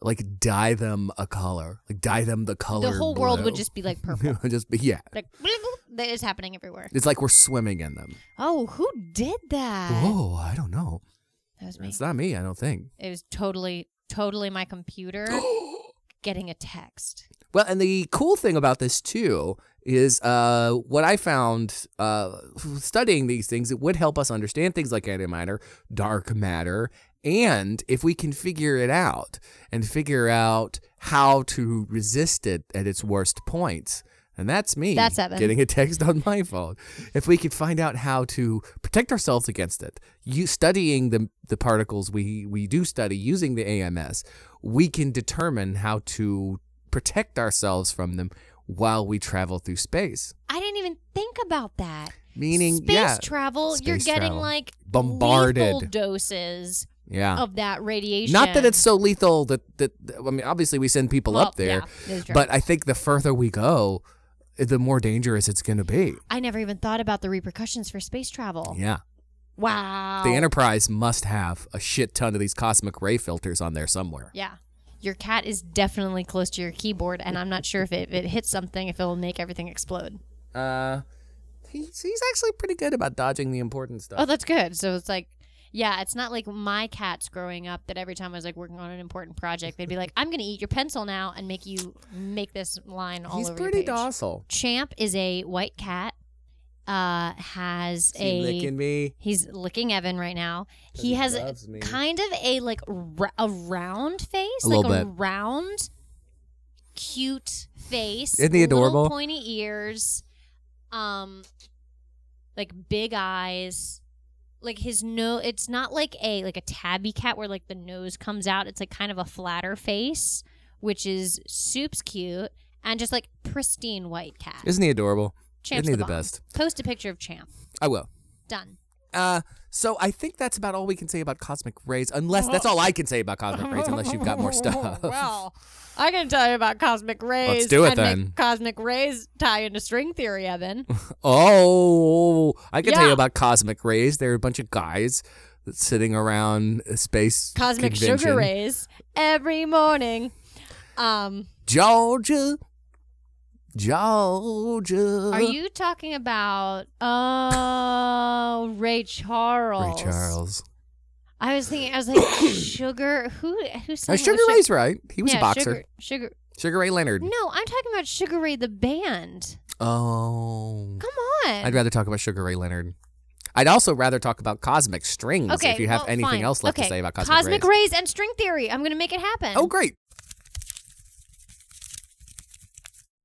like dye them a color, like dye them the color
The whole world would
blue.
just be like purple.
just be, yeah.
like bloop, bloop, that is happening everywhere.
It's like we're swimming in them.
Oh, who did that?
oh, I don't know.
That was me.
It's not me, I don't think.
It was totally, totally my computer getting a text.
Well, and the cool thing about this too is uh, what I found uh, studying these things. It would help us understand things like antimatter, dark matter, and if we can figure it out and figure out how to resist it at its worst points. And that's me.
That's Evan.
Getting a text on my phone. If we could find out how to protect ourselves against it, you studying the the particles we we do study using the AMS, we can determine how to protect ourselves from them while we travel through space.
I didn't even think about that.
Meaning,
space
yeah,
travel, you're
space
getting
travel.
like
Bombarded.
lethal doses
yeah.
of that radiation.
Not that it's so lethal that that I mean, obviously we send people
Well,
up there,
yeah, it is true.
but I think the further we go, the more dangerous it's going to be.
I never even thought about the repercussions for space travel.
Yeah.
Wow.
The Enterprise must have a shit ton of these cosmic ray filters on there somewhere.
yeah. Your cat is definitely close to your keyboard, and I'm not sure if it, if it hits something, if it'll make everything explode.
Uh, he's, he's actually pretty good about dodging the important stuff.
Oh, that's good. So it's like, yeah, it's not like my cats growing up that every time I was like working on an important project, they'd be like, I'm going to eat your pencil now and make you make this line all
he's
over
pretty
your page.
docile.
Champ is a white cat. Uh, has
Is he
a
licking me?
he's licking Evan right now. He
he
has
loves me.
kind of a like r- a round face,
A
like
little
a
bit.
round, cute face.
Isn't he
little
adorable?
pointy ears, um, like big eyes. Like his nose, it's not like a like a tabby cat where like the nose comes out. It's like kind of a flatter face, which is soup's cute and just like pristine white cat.
Isn't he adorable?
Champ's
Isn't he the,
bomb.
best?
Post a picture of Champ.
I will.
Done.
Uh, so I think that's about all we can say about cosmic rays, unless that's all I can say about cosmic rays, unless you've got more stuff.
well, I can tell you about cosmic rays.
do it
and make
then.
cosmic rays tie into string theory, Evan.
Oh, I can tell you
Yeah.
about cosmic rays. There are a bunch of guys sitting around a space
Cosmic sugar
convention.
rays every morning. Um,
Georgia, Georgia.
are you talking about oh Ray Charles?
Ray Charles?
I was thinking. I was like sugar. Who who
No,
sang
Uh, sugar
Su-
Ray's right. He was
yeah,
a boxer.
Sugar,
Sugar,
sugar.
Ray Leonard.
No, I'm talking about Sugar Ray the band.
Oh,
Come on.
I'd rather talk about Sugar Ray Leonard. I'd also rather talk about cosmic strings
okay.
if you have
well,
anything
fine.
else left
okay.
to say about cosmic,
cosmic
rays.
rays. and string theory. I'm gonna make it happen.
Oh, great.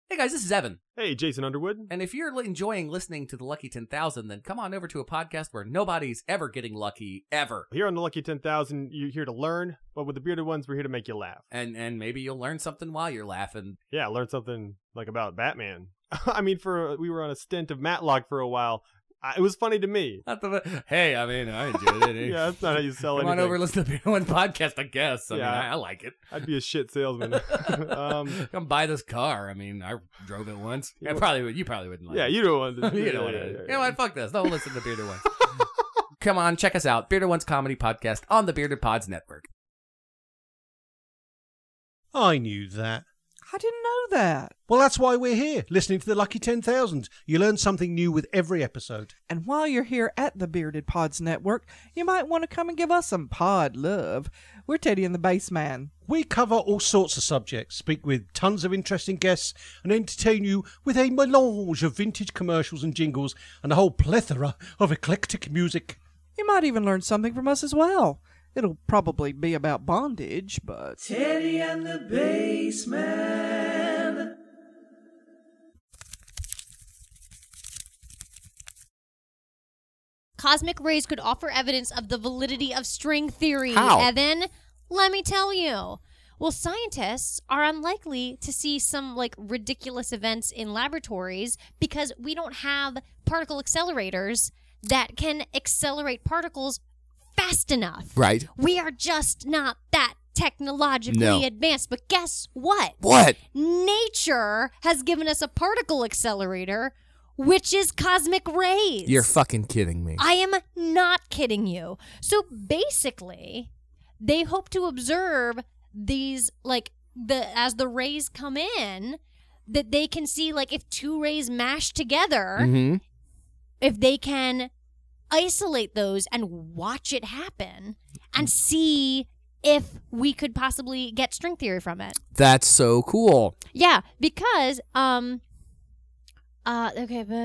Hey guys, this is Evan.
Hey, Jason Underwood.
And if you're li- enjoying listening to the Lucky 10,000, then come on over to a podcast where nobody's ever getting lucky, ever.
Here on the Lucky 10,000, you're here to learn, but with the bearded ones, we're here to make you laugh.
And and maybe you'll learn something while you're laughing.
Yeah, learn something like about Batman. I mean, for we were on a stint of Matlock for a while. I, it was funny to me.
Not the, hey, I mean, I enjoyed it.
Yeah, that's not how you sell
Come
anything.
on over, and listen to the Beer One podcast, I guess. I
Yeah.
mean, I, I like it.
I'd be a shit salesman. um,
Come buy this car. I mean, I drove it once. I probably would. You probably wouldn't like
yeah,
it.
you don't want to.
you don't want
yeah,
to.
yeah,
You know what? Fuck this. Don't listen to Bearded Ones. Come on, check us out. Bearded Ones Comedy Podcast on the Bearded Pods Network.
I knew that.
I didn't know that.
Well, that's why we're here, listening to the Lucky 10,000. You learn something new with every episode.
And while you're here at the Bearded Pods Network, you might want to come and give us some pod love. We're Teddy and the Bass Man.
We cover all sorts of subjects, speak with tons of interesting guests, and entertain you with a melange of vintage commercials and jingles and a whole plethora of eclectic music.
You might even learn something from us as well. It'll probably be about bondage, but.
Teddy and the Baseman.
Cosmic rays could offer evidence of the validity of string theory,
How?
Evan. Let me tell you. Well, scientists are unlikely to see some like ridiculous events in laboratories because we don't have particle accelerators that can accelerate particles fast enough.
Right.
We are just not that technologically
No.
advanced. But guess what?
What?
Nature has given us a particle accelerator, which is cosmic rays.
You're fucking kidding me.
I am not kidding you. So basically, they hope to observe these like the as the rays come in that they can see like if two rays mash together,
hmm
if they can isolate those and watch it happen and see if we could possibly get string theory from it.
That's so cool.
Yeah, because um uh okay, but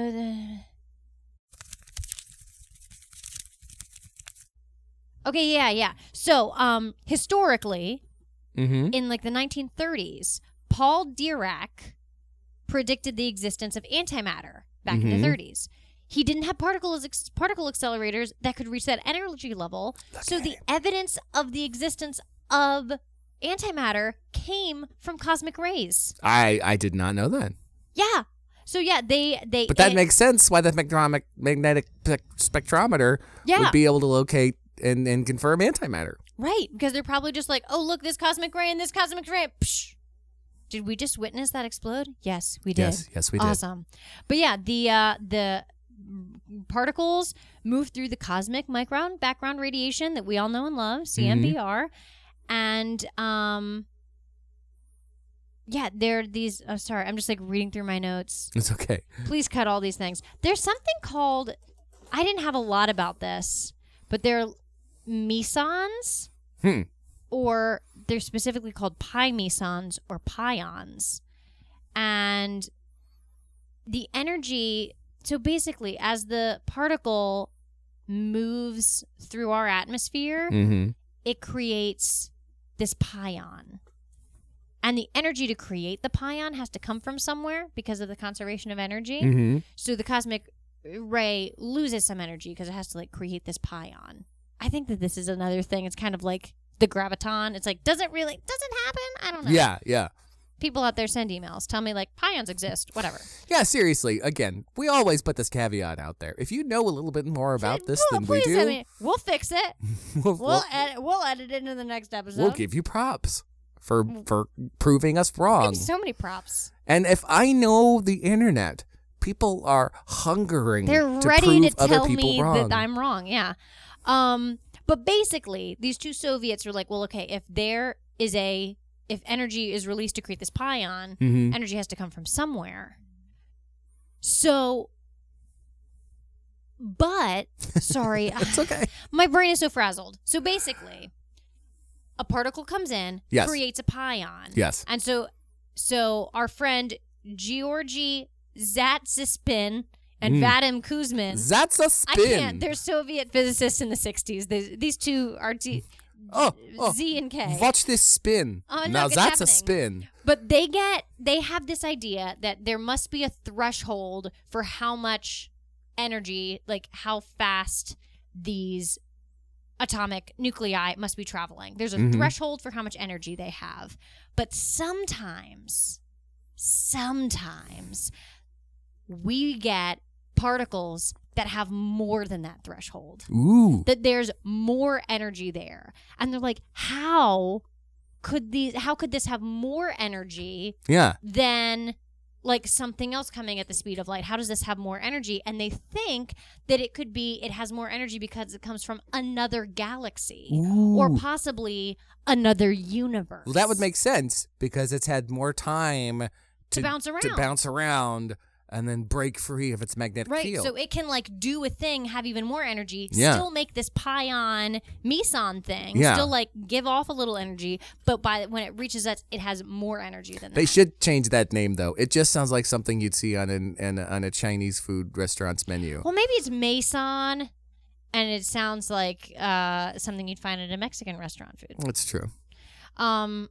uh, Okay, yeah, yeah. So, um historically
Mm-hmm.
in like the 1930s, Paul Dirac predicted the existence of antimatter back in
Mhm.
the 30s. He didn't have particles ex- particle accelerators that could reach that energy level, so the evidence of the existence of antimatter came from cosmic rays.
I I did not know that.
Yeah. So yeah, they they.
But that
and-
makes sense why the magnetic magnetic spec- spectrometer
Yeah.
would be able to locate and, and confirm antimatter.
right because they're probably just like, oh look, this cosmic ray and this cosmic ray. Psh. Did we just witness that explode? Yes, we did.
Yes, yes, we did.
Awesome. But yeah, the uh, the particles move through the cosmic micron background radiation that we all know and
Mm-hmm.
love, CMBR, and um. Yeah, there are these. I'm sorry, I'm just like reading through my notes.
It's okay.
please cut all these things. There's something called I didn't have a lot about this, but they're mesons
Hmm.
or they're specifically called pi mesons or pions. And the energy so basically as the particle moves through our atmosphere,
Mm-hmm.
it creates this pion. And the energy to create the pion has to come from somewhere because of the conservation of energy.
Mm-hmm.
So the cosmic ray loses some energy because it has to like create this pion. I think that this is another thing. It's kind of like the graviton. It's like doesn't really doesn't happen. I don't know.
Yeah, yeah,
People out there send emails. Tell me like pions exist. Whatever.
yeah. Seriously, again, we always put this caveat out there. If you know a little bit more about this
Well,
than we
please,
do,
I mean, we'll fix it.
we'll,
We'll
we'll-
edit. We'll edit it into the next episode.
we'll give you props for for proving us wrong.
Give you Mm. so many props.
And if I know the internet, people are hungering
They're
to
ready
prove
to
other
tell
people
me
wrong.
that I'm wrong. Yeah. Um, but basically, these two Soviets were like, well, okay, if there is a if energy is released to create this pion,
Mhm.
energy has to come from somewhere. So, but sorry,
it's okay.
my brain is so frazzled. So basically, a particle comes in,
Yes.
creates a pion.
Yes.
And so so our friend Georgy Zatsispin and
Mm.
Vadim Kuzmin.
That's a
I
spin.
can't. They're Soviet physicists in the 60s. These, these two are D,
Oh, oh,
Z and K.
Watch this spin.
Oh, no,
now
it's
that's a
happening.
spin.
But they get they have this idea that there must be a threshold for how much energy, like how fast these atomic nuclei must be traveling. There's a
Mhm.
threshold for how much energy they have. But sometimes sometimes we get particles that have more than that threshold
Ooh.
that there's more energy there and they're like how could these how could this have more energy
Yeah.
than like something else coming at the speed of light how does this have more energy and they think that it could be it has more energy because it comes from another galaxy or
Ooh.
possibly another universe
Well, that would make sense because it's had more time to,
bounce
to
around.
bounce around and then break free of its magnetic
right
field.
so it can like do a thing have even more energy
Yeah.
still make this pion meson thing
Yeah.
still like give off a little energy but by when it reaches us it has more energy than
they
that
should change that name though. It just sounds like something you'd see on an, an on a Chinese food restaurant's menu.
well maybe it's meson and it sounds like uh, something you'd find at a Mexican restaurant food.
That's true.
Um,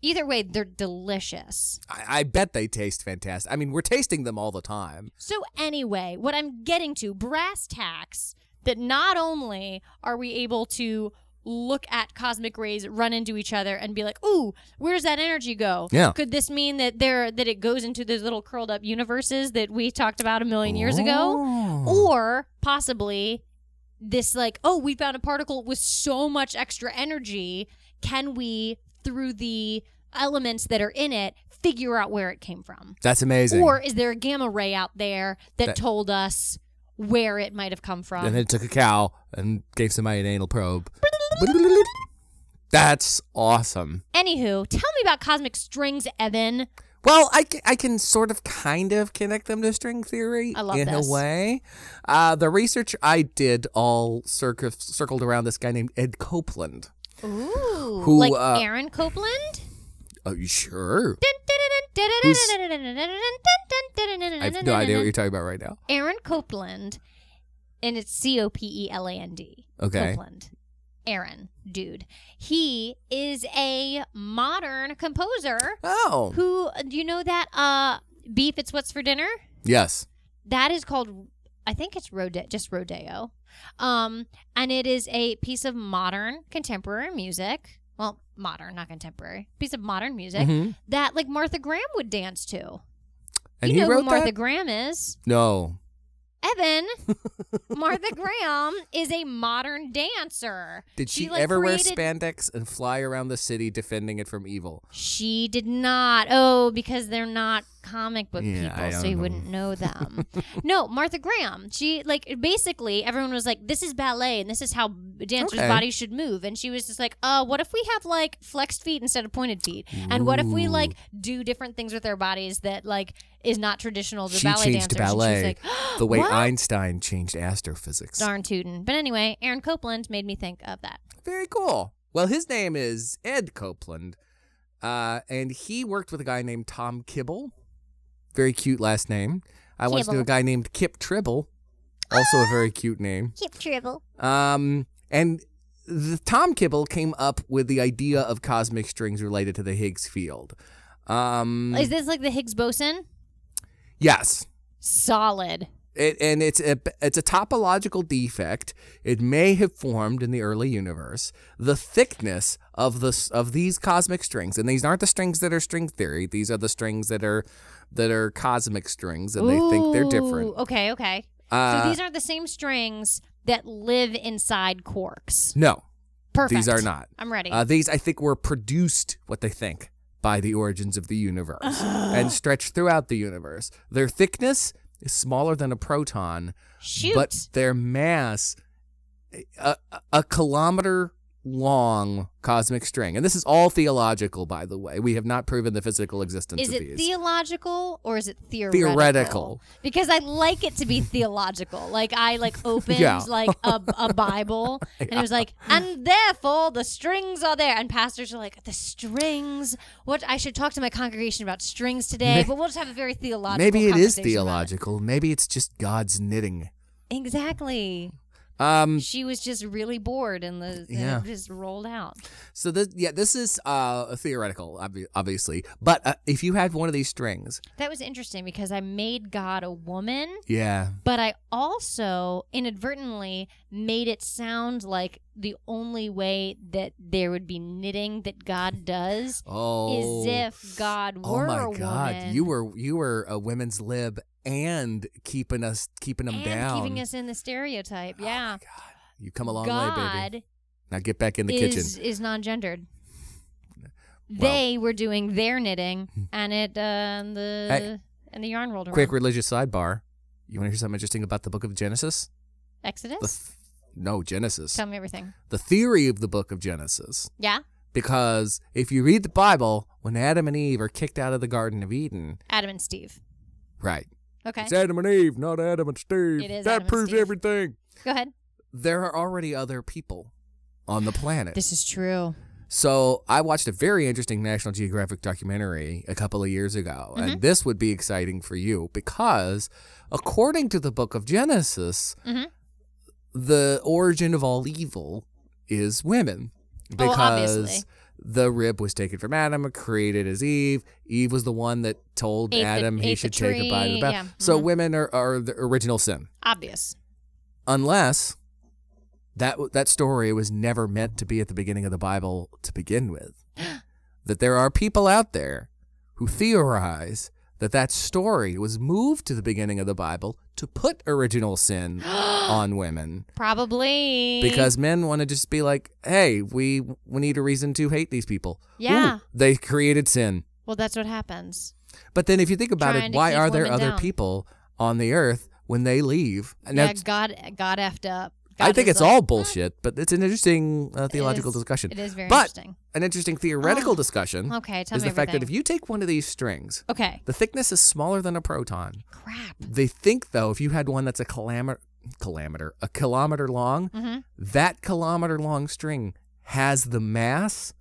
either way, they're delicious.
I, I bet they taste fantastic. I mean, we're tasting them all the time.
So anyway, what I'm getting to brass tacks that not only are we able to look at cosmic rays run into each other and be like, "Ooh, where does that energy go?
Yeah.
Could this mean that there that it goes into those little curled up universes that we talked about a million years ago?" Or possibly this like, "Oh, we found a particle with so much extra energy, can we through the elements that are in it figure out where it came from?"
That's amazing.
Or is there a gamma ray out there that,
That-
told us where it might have come from?
and then took a cow and gave somebody an anal probe. That's awesome.
Anywho, tell me about cosmic strings, Evan.
Well, I, ca- I can sort of kind of connect them to string theory
I love
in
this.
a way. Uh, the research I did all circ- circled around this guy named Ed Copeland.
Ooh,
Who,
like
uh,
Aaron Copeland.
Oh, you sure? I have no idea what you're talking about right now.
Aaron Copeland, and it's C O P E L A N D.
Okay.
Copeland. Aaron, dude. He is a modern composer
Oh,
who, do you know that uh, beef? It's what's for dinner.
yes.
That is called, I think it's Rode- just Rodeo. Um, and it is a piece of modern contemporary music. Well, modern, not contemporary. Piece of modern music
Mhm.
that like Martha Graham would dance to.
And
you
he
know
wrote
who Martha
that?
Graham is.
No.
Evan, Martha Graham is a modern dancer.
Did she,
like,
ever
created-
wear spandex and fly around the city defending it from evil?
She did not. Oh, because they're not comic book
Yeah, I
people, so
don't
you
know.
wouldn't know them. no, Martha Graham. She like basically everyone was like, "This is ballet, and this is how dancers'
Okay.
bodies should move." And she was just like, "Uh, what if we have like flexed feet instead of pointed feet? And what if we
Ooh.
like do different things with our bodies that like is not traditional to
She
ballet
changed to
dancers?" And
ballet
she was like,
the way
"What?"
Einstein changed astrophysics.
Darn tootin'. But anyway, Aaron Copeland made me think of that.
Very cool. Well, his name is Ed Copeland, uh, and he worked with a guy named Tom Kibble. Very cute last name. I once knew
Kibble.
a guy named Kip Tribble, also a very cute name.
Keep dribble.
Um, and the, Tom Kibble came up with the idea of cosmic strings related to the Higgs field. Um,
Is this like the Higgs boson?
yes.
Solid.
It, and it's a it's a topological defect. It may have formed in the early universe. The thickness of the s- of these cosmic strings, and these aren't the strings that are string theory. These are the strings that are that are cosmic strings, and they think they're different.
Ooh, Okay, okay.
Uh,
so these aren't the same strings that live inside quarks.
no,
Perfect.
these are not.
I'm ready.
Uh, these I think were produced what they think by the origins of the universe and stretched throughout the universe. Their thickness is smaller than a proton,
Shoot.
but their mass a, a- a kilometer long cosmic string and this is all theological by the way we have not proven the physical existence
is
of these
it theological or is it theoretical?
Theoretical.
Because I like it to be theological. Like I like opened
Yeah.
like a, a Bible and it was like, and therefore the strings are there. And pastors are like, the strings. What I should talk to my congregation about strings today,
May-
but we'll just have a very theological.
maybe it is
conversation about it.
theological maybe it's just god's knitting
Exactly.
um
She was just really bored and the and
Yeah.
it just rolled out.
so this yeah this is uh theoretical obvi- obviously but uh, if you had one of these strings
That was interesting because I made God a woman.
yeah
but I also inadvertently made it sound like the only way that there would be knitting that God does
oh
is if God
oh
were
my
a
god
woman.
you were you were a women's lib and keeping us keeping them
and
down
keeping us in the stereotype. Yeah,
you come a long way baby
God
Now get back in the kitchen.
is is non-gendered. they were doing their knitting, and it uh, and the
Hey.
and the yarn rolled around.
Quick religious sidebar. You want to hear something interesting about the book of Genesis?
Exodus.
The th- no, Genesis.
Tell me everything.
The theory of the book of Genesis.
Yeah,
Because if you read the Bible, when Adam and Eve are kicked out of the Garden of Eden,
Adam and Steve.
right?
Okay,
It's Adam and Eve, not Adam and Steve.
It is
that
Adam and
proves
Steve.
everything.
go ahead.
There are already other people on the planet.
This is true.
So I watched a very interesting National Geographic documentary a couple of years ago,
Mm-hmm.
and this would be exciting for you because, according to the Book of Genesis,
Mhm.
the origin of all evil is women because
Oh, obviously.
the rib was taken from Adam and created as Eve. Eve was the one that told
Ate the-
Adam
ate
he
the
should take a bite of the
tree,
bad.
yeah,
So
mhm.
women are, are the original sin,
Obvious.
unless that w- that story was never meant to be at the beginning of the Bible to begin with. that there are people out there who theorize that that story was moved to the beginning of the Bible to put original sin on women
Probably.
because men want to just be like, "Hey, we we need a reason to hate these people." Ooh,
Yeah.
they created sin.
Well, that's what happens.
But then, if you think about
Trying
it,
to
why
keep
are there
women
other
down.
people on the earth when they leave? And
yeah,
that's-
God, God effed up. God
I think
was
it's
like,
all
"Ah."
bullshit, but it's an interesting uh,
It
theological
is-
discussion.
It is very
but
interesting.
an interesting theoretical
Oh.
discussion
Okay, tell
is
me
the fact that if
everything.
you take one of these strings,
Okay.
the thickness is smaller than a proton.
Crap.
They think though, if you had one that's a kilometer, kilometer, a kilometer long,
Mhm.
that kilometer long string has the mass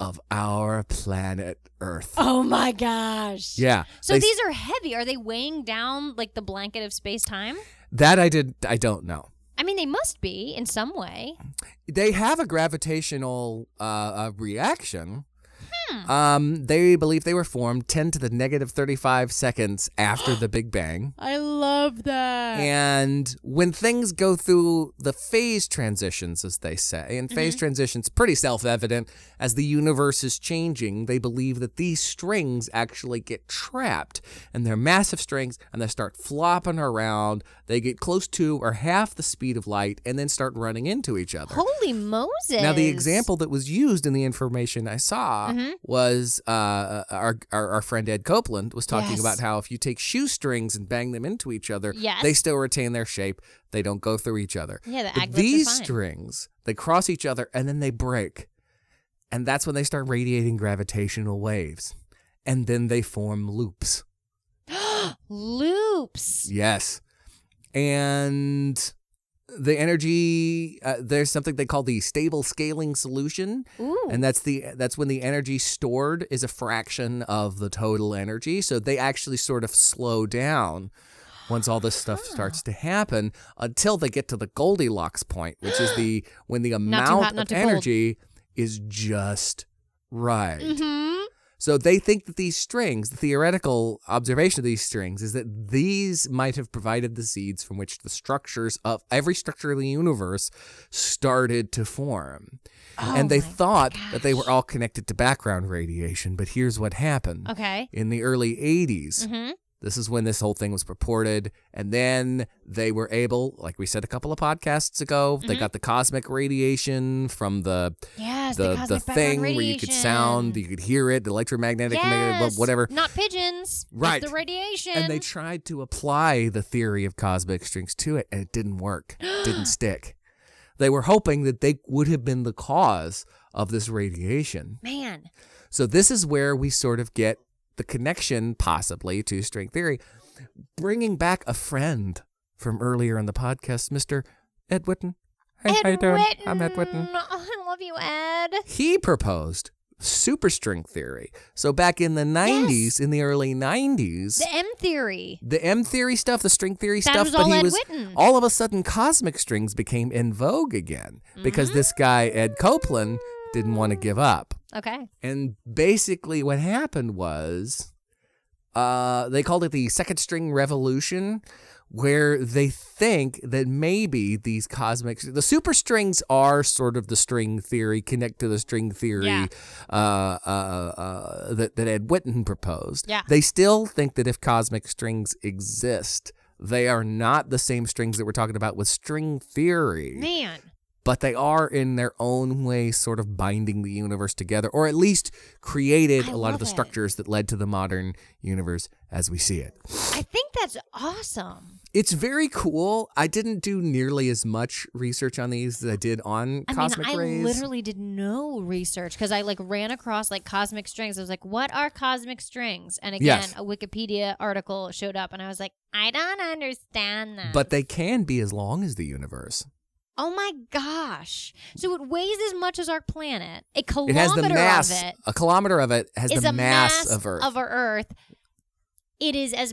of our planet Earth.
Oh my gosh.
Yeah.
So
they-
these are heavy. Are they weighing down like the blanket of space time?
that I did. I don't know.
I mean, they must be in some way.
They have a gravitational uh, uh, reaction. Um, they believe they were formed 10 to the negative 35 seconds after the Big Bang.
I love that.
And when things go through the phase transitions, as they say, and phase transitions pretty self-evident as the universe is changing, they believe that these strings actually get trapped, and they're massive strings, and they start flopping around. They get close to or half the speed of light, and then start running into each other.
Holy Moses.
Now, the example that was used in the information I saw
Mm-hmm.
was uh, our, our our friend Ed Copeland was talking
Yes.
about how if you take shoestrings and bang them into each other,
Yes.
they still retain their shape. They don't go through each other.
Yeah, the
but
aglets are
these
fine.
strings they cross each other and then they break, and that's when they start radiating gravitational waves, and then they form loops.
Loops.
Yes. And the energy uh, there's something they call the stable scaling solution
Ooh.
and that's the that's when the energy stored is a fraction of the total energy so they actually sort of slow down once all this stuff starts to happen until they get to the goldilocks point which is the when the
Not
amount
too hot, not
of
too cold.
energy is just right
hmm
so they think that these strings, the theoretical observation of these strings, is that these might have provided the seeds from which the structures of every structure in the universe started to form. and they thought that they were all connected to background radiation. But here's what happened.
Okay.
In the early 80s,
hmm
this is when this whole thing was purported. And then they were able, like we said a couple of podcasts ago, they got the cosmic radiation from the
Yes.
the
The,
the,
cosmic background
thing where you could sound,
radiation.
you could hear it, the electromagnetic, ma-
Yes.
wha- whatever.
Not pigeons. It's
Right.
The radiation.
And they tried to apply the theory of cosmic strings to it, and it didn't work. It didn't stick. They were hoping that they would have been the cause of this radiation.
Man.
So this is where we sort of get the connection, possibly, to string theory, bringing back a friend from earlier in the podcast, Mr. Ed Witten. Hey, how you
Ed
doing?
Whitten.
I'm Ed Witten.
I love you, Ed.
he proposed superstring theory. So back in the 90s, in the early 90s,
The M theory.
the M theory stuff, the string theory
That
stuff,
was
but
all
he
Ed
was
Whitten.
all of a sudden cosmic strings became in vogue again because this
Mm-hmm.
guy Ed Copeland didn't want to give up.
Okay.
And basically what happened was uh, they called it the second string revolution, where they think that maybe these cosmic the superstrings are sort of the string theory, connect to the string theory
Yeah.
uh, uh, uh, that that Ed Whitten proposed.
Yeah.
they still think that if cosmic strings exist, they are not the same strings that we're talking about with string theory
Man.
but they are in their own way sort of binding the universe together or at least created
I
a lot of
love
the
it.
structures that led to the modern universe as we see it.
I think that's awesome.
It's very cool. I didn't do nearly as much research on these as I did on
I
cosmic
mean, I
rays.
literally did no research because I like ran across like cosmic strings. I was like, "What are cosmic strings?" And again,
Yes.
a Wikipedia article showed up, and I was like, "I don't understand that."
but they can be as long as the universe.
oh my gosh! So it weighs as much as our planet. A
It
kilometer
has the mass.
of it
a kilometer of it has
is
the
a
mass, of Earth.
Of our Earth, it is as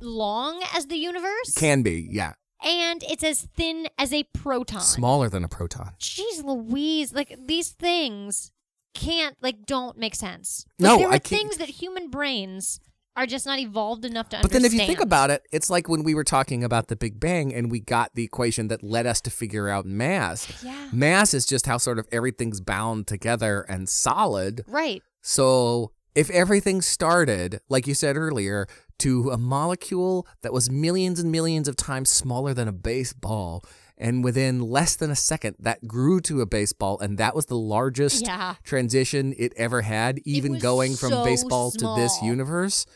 long as the universe.
can be, yeah.
and it's as thin as a proton.
Smaller than a proton.
Jeez Louise, like these things can't like don't make sense.
No,
like, there
I
are
can't-
things that human brains are just not evolved enough to
But
understand.
then if you think about it, it's like when we were talking about the Big Bang and we got the equation that led us to figure out mass.
Yeah.
Mass is just how sort of everything's bound together and solid.
right,
So if everything started, like you said earlier, to a molecule that was millions and millions of times smaller than a baseball, and within less than a second, that grew to a baseball, and that was the largest
Yeah.
transition it ever had, even
was
going from
so
baseball to this
small.
universe.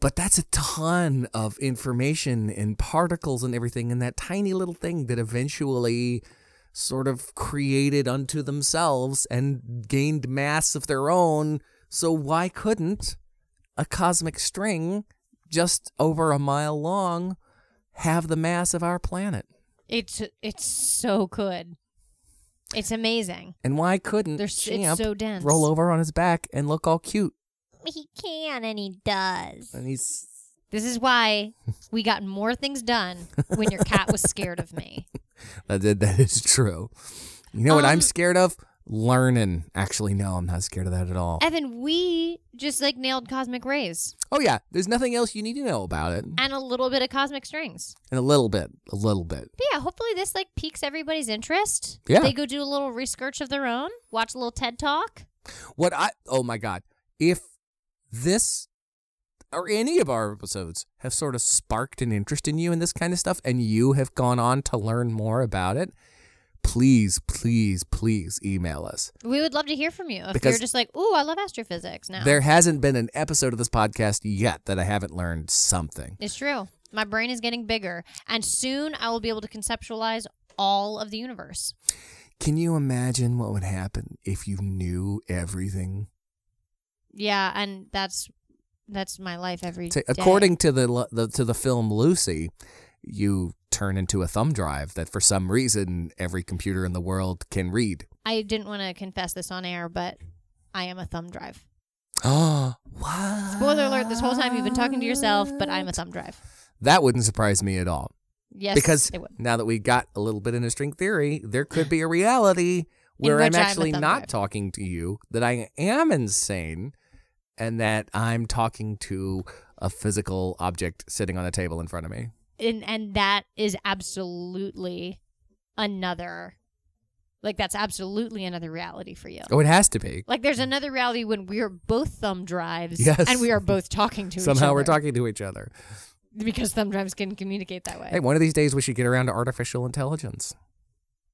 But that's a ton of information and particles and everything in that tiny little thing that eventually sort of created unto themselves and gained mass of their own. So why couldn't a cosmic string just over a mile long have the mass of our planet?
it's it's so good. It's amazing.
And why couldn't
They're s- it's
Champ
so dense.
roll over on his back and look all cute?
He can and he does.
And he's
This is why we got more things done when your cat was scared of me.
that, that- that is true. You know what I'm
Um,
scared of? Learning. Actually, no, I'm not scared of that at all.
Evan, we just like nailed cosmic rays
oh yeah, there's nothing else you need to know about it.
and a little bit of cosmic strings.
In a little bit, a little bit.
But yeah, hopefully this like piques everybody's interest.
Yeah.
They go do a little research of their own, watch a little TED talk.
What I oh my god, if this or any of our episodes have sort of sparked an interest in you in this kind of stuff, and you have gone on to learn more about it, please, please, please email us.
We would love to hear from you. If
Because-
you're just like, ooh, I love astrophysics now.
There hasn't been an episode of this podcast yet that I haven't learned something.
It's true. My brain is getting bigger, and soon I will be able to conceptualize all of the universe.
Can you imagine what would happen if you knew everything?
Yeah, and that's that's my life every
Ta-
day.
according to the, lo- the to the film Lucy, you turn into a thumb drive that for some reason every computer in the world can read.
I didn't want to confess this on air, but I am a thumb drive.
Oh, what?
Spoiler alert, this whole time you've been talking to yourself, but I'm a thumb drive.
That wouldn't surprise me at all.
Yes.
because
it would.
now that we got a little bit into string theory, there could be a reality where
which
I'm
I'm a
actually
thumb
not
drive.
talking to you, that I am insane, and that I'm talking to a physical object sitting on a table in front of me.
and and that is absolutely another like that's absolutely another reality for you.
Oh, it has to be.
Like there's another reality when we are both thumb drives
Yes.
and we are both talking to each other.
Somehow we're talking to each other.
because thumb drives can communicate that way.
Hey, one of these days we should get around to artificial intelligence.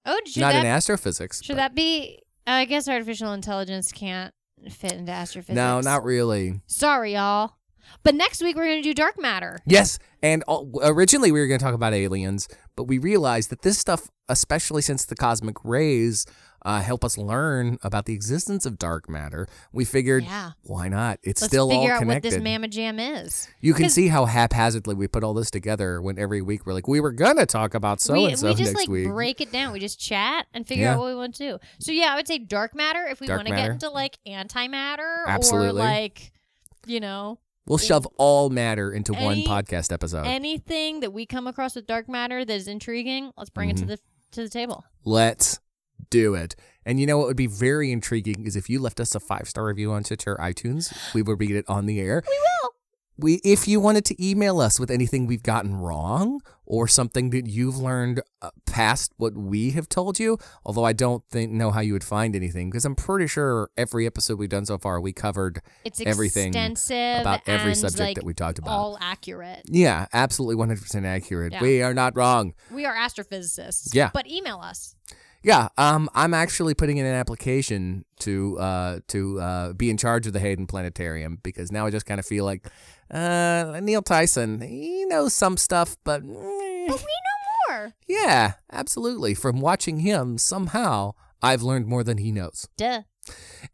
oh, should
Not
that
in astrophysics.
should
but-
that be I guess artificial intelligence can't fit into astrophysics.
No, not really.
Sorry y'all. But next week we're going to do dark matter.
Yes, and all, originally we were going to talk about aliens, but we realized that this stuff, especially since the cosmic rays uh, help us learn about the existence of dark matter, we figured
Yeah.
why not? It's
Let's
still
figure
all
out what
connected.
this mamma jam is.
you can
'cause-
see how haphazardly we put all this together when every week we're like, we were going to talk about so
we,
and so
we
next
just like
week.
break it down. We just chat and figure
Yeah.
out what we want to. do. So yeah, I would say dark matter if we
Dark
want to get
matter.
into like antimatter or
Absolutely.
like you know
we'll shove all matter into one
Any-
podcast episode.
anything that we come across with dark matter that is intriguing. Let's bring
Mm-hmm.
it to the to the table.
Let's do it. And you know what would be very intriguing is if you left us a five star review on Stitcher iTunes, we would read it on the air. We will. We, if you wanted to email us with anything we've gotten wrong or something that you've learned uh, past what we have told you, although I don't think know how you would find anything because I'm pretty sure every episode we've done so far we covered
It's
everything
extensive
about every
and,
subject
like,
that we talked about.
All accurate.
yeah, absolutely 100% accurate.
Yeah.
We are not wrong.
We are astrophysicists.
Yeah.
But email us.
Yeah, um, I'm actually putting in an application to uh, to uh, be in charge of the Hayden Planetarium because now I just kind of feel like uh, Neil Tyson. He knows some stuff, but mm,
Or
yeah, absolutely. From watching him, somehow I've learned more than he knows.
duh.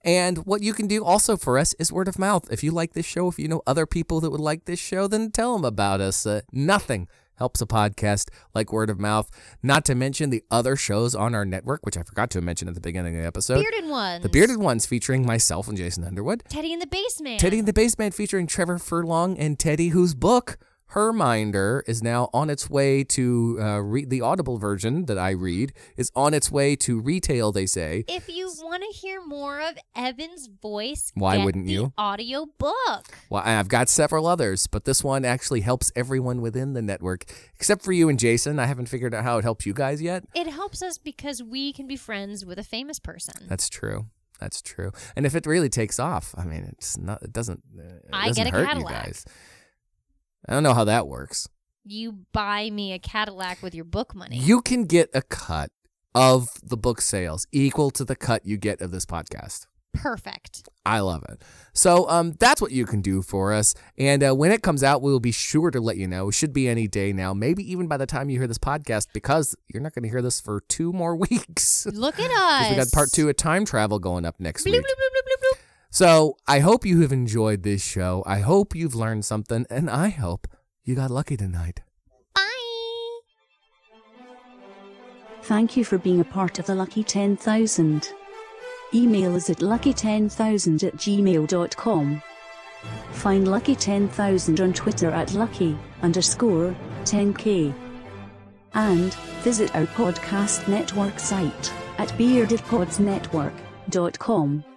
And what you can do also for us is word of mouth. If you like this show, if you know other people that would like this show, then tell them about us. Uh, nothing helps a podcast like word of mouth, not to mention the other shows on our network, which I forgot to mention at the beginning of the episode.
Bearded ones.
The Bearded Ones featuring myself and Jason Underwood.
Teddy in the basement.
Teddy and the Basement featuring Trevor Furlong and Teddy, whose book Herminder is now on its way to uh, re- the Audible version that I read is on its way to retail. They say
If you want to hear more of Evan's voice,
Why
get
wouldn't
the
you?
Audio book.
Well, I've got several others, but this one actually helps everyone within the network, except for you and Jason. I haven't figured out how it helps you guys yet.
It helps us because we can be friends with a famous person.
That's true. That's true. And if it really takes off, I mean, it's not. It doesn't. uh, It
I
doesn't
get a
hurt You
Cadillac.
guys. I don't know how that works.
you buy me a Cadillac with your book money.
You can get a cut of the book sales equal to the cut you get of this podcast.
Perfect.
I love it. So um, that's what you can do for us. And uh, when it comes out, we'll be sure to let you know. It should be any day now, maybe even by the time you hear this podcast, because you're not going to hear this for two more weeks. 'Cause
Look at us.
we got part two of time travel going up next
Bloop, bloop,
week.
bloop, bloop, bloop, bloop.
So I hope you have enjoyed this show. I hope you've learned something, and I hope you got lucky tonight.
Bye.
Thank you for being a part of the Lucky 10,000. Email us at lucky10000 at gmail.com. Find Lucky 10,000 on Twitter at lucky underscore 10k. And visit our podcast network site at beardedpodsnetwork.com.